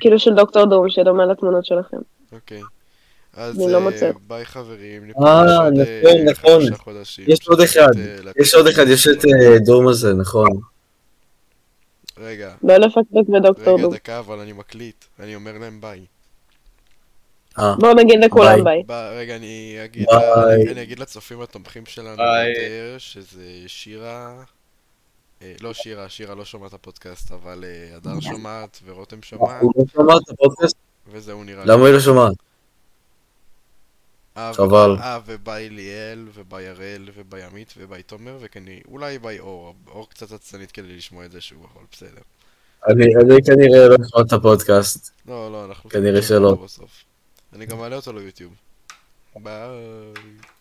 Speaker 5: כאילו של דוקטור דום, שדומה לתמונות שלכם.
Speaker 1: אוקיי. אז
Speaker 5: אני לא
Speaker 1: אה,
Speaker 5: מוצאת.
Speaker 1: ביי חברים.
Speaker 2: אה,
Speaker 1: ניפגש עוד, אה,
Speaker 2: נכון, נכון.
Speaker 1: חמישה חודשים.
Speaker 2: יש עוד
Speaker 1: פשוט,
Speaker 2: אחד,
Speaker 1: אה, להקליט.
Speaker 2: יש עוד אחד, יש את אה, דורם הזה, נכון.
Speaker 1: רגע,
Speaker 5: לא לפקפק בדוקטור
Speaker 1: רגע,
Speaker 5: דום.
Speaker 1: דקה, אבל אני מקליט. אני אומר להם ביי.
Speaker 2: אה,
Speaker 5: בואו נגיד לכולם
Speaker 2: ביי.
Speaker 5: ביי.
Speaker 1: ב- רגע, אני אגיד,
Speaker 2: ביי.
Speaker 1: אני- אני אגיד לצופים התומכים שלנו
Speaker 3: ביי.
Speaker 1: יותר, שזה שירה, אה, לא שירה, שירה לא שומעת את הפודקאסט, אבל אה, הדר שומעת ורותם שומעת,
Speaker 2: הוא לא שמע את הפודקאסט?
Speaker 1: וזהו נראה לי.
Speaker 2: למה היא לא שומעת?
Speaker 1: אה, ו-
Speaker 2: חבל.
Speaker 1: אה, וביי ליאל, וביי הראל, וביי עמית, וביי תומר, וכנראה, אולי ביי אור, אור קצת עצלנית כדי לשמוע את זה שוב, אבל בסדר.
Speaker 2: אני אני כנראה לא שומע את הפודקאסט.
Speaker 1: לא, לא, אנחנו...
Speaker 2: כנראה
Speaker 1: נעשה
Speaker 2: שלא.
Speaker 1: אותו בסוף. אני גם אעלה אותו ליוטיוב. ביי.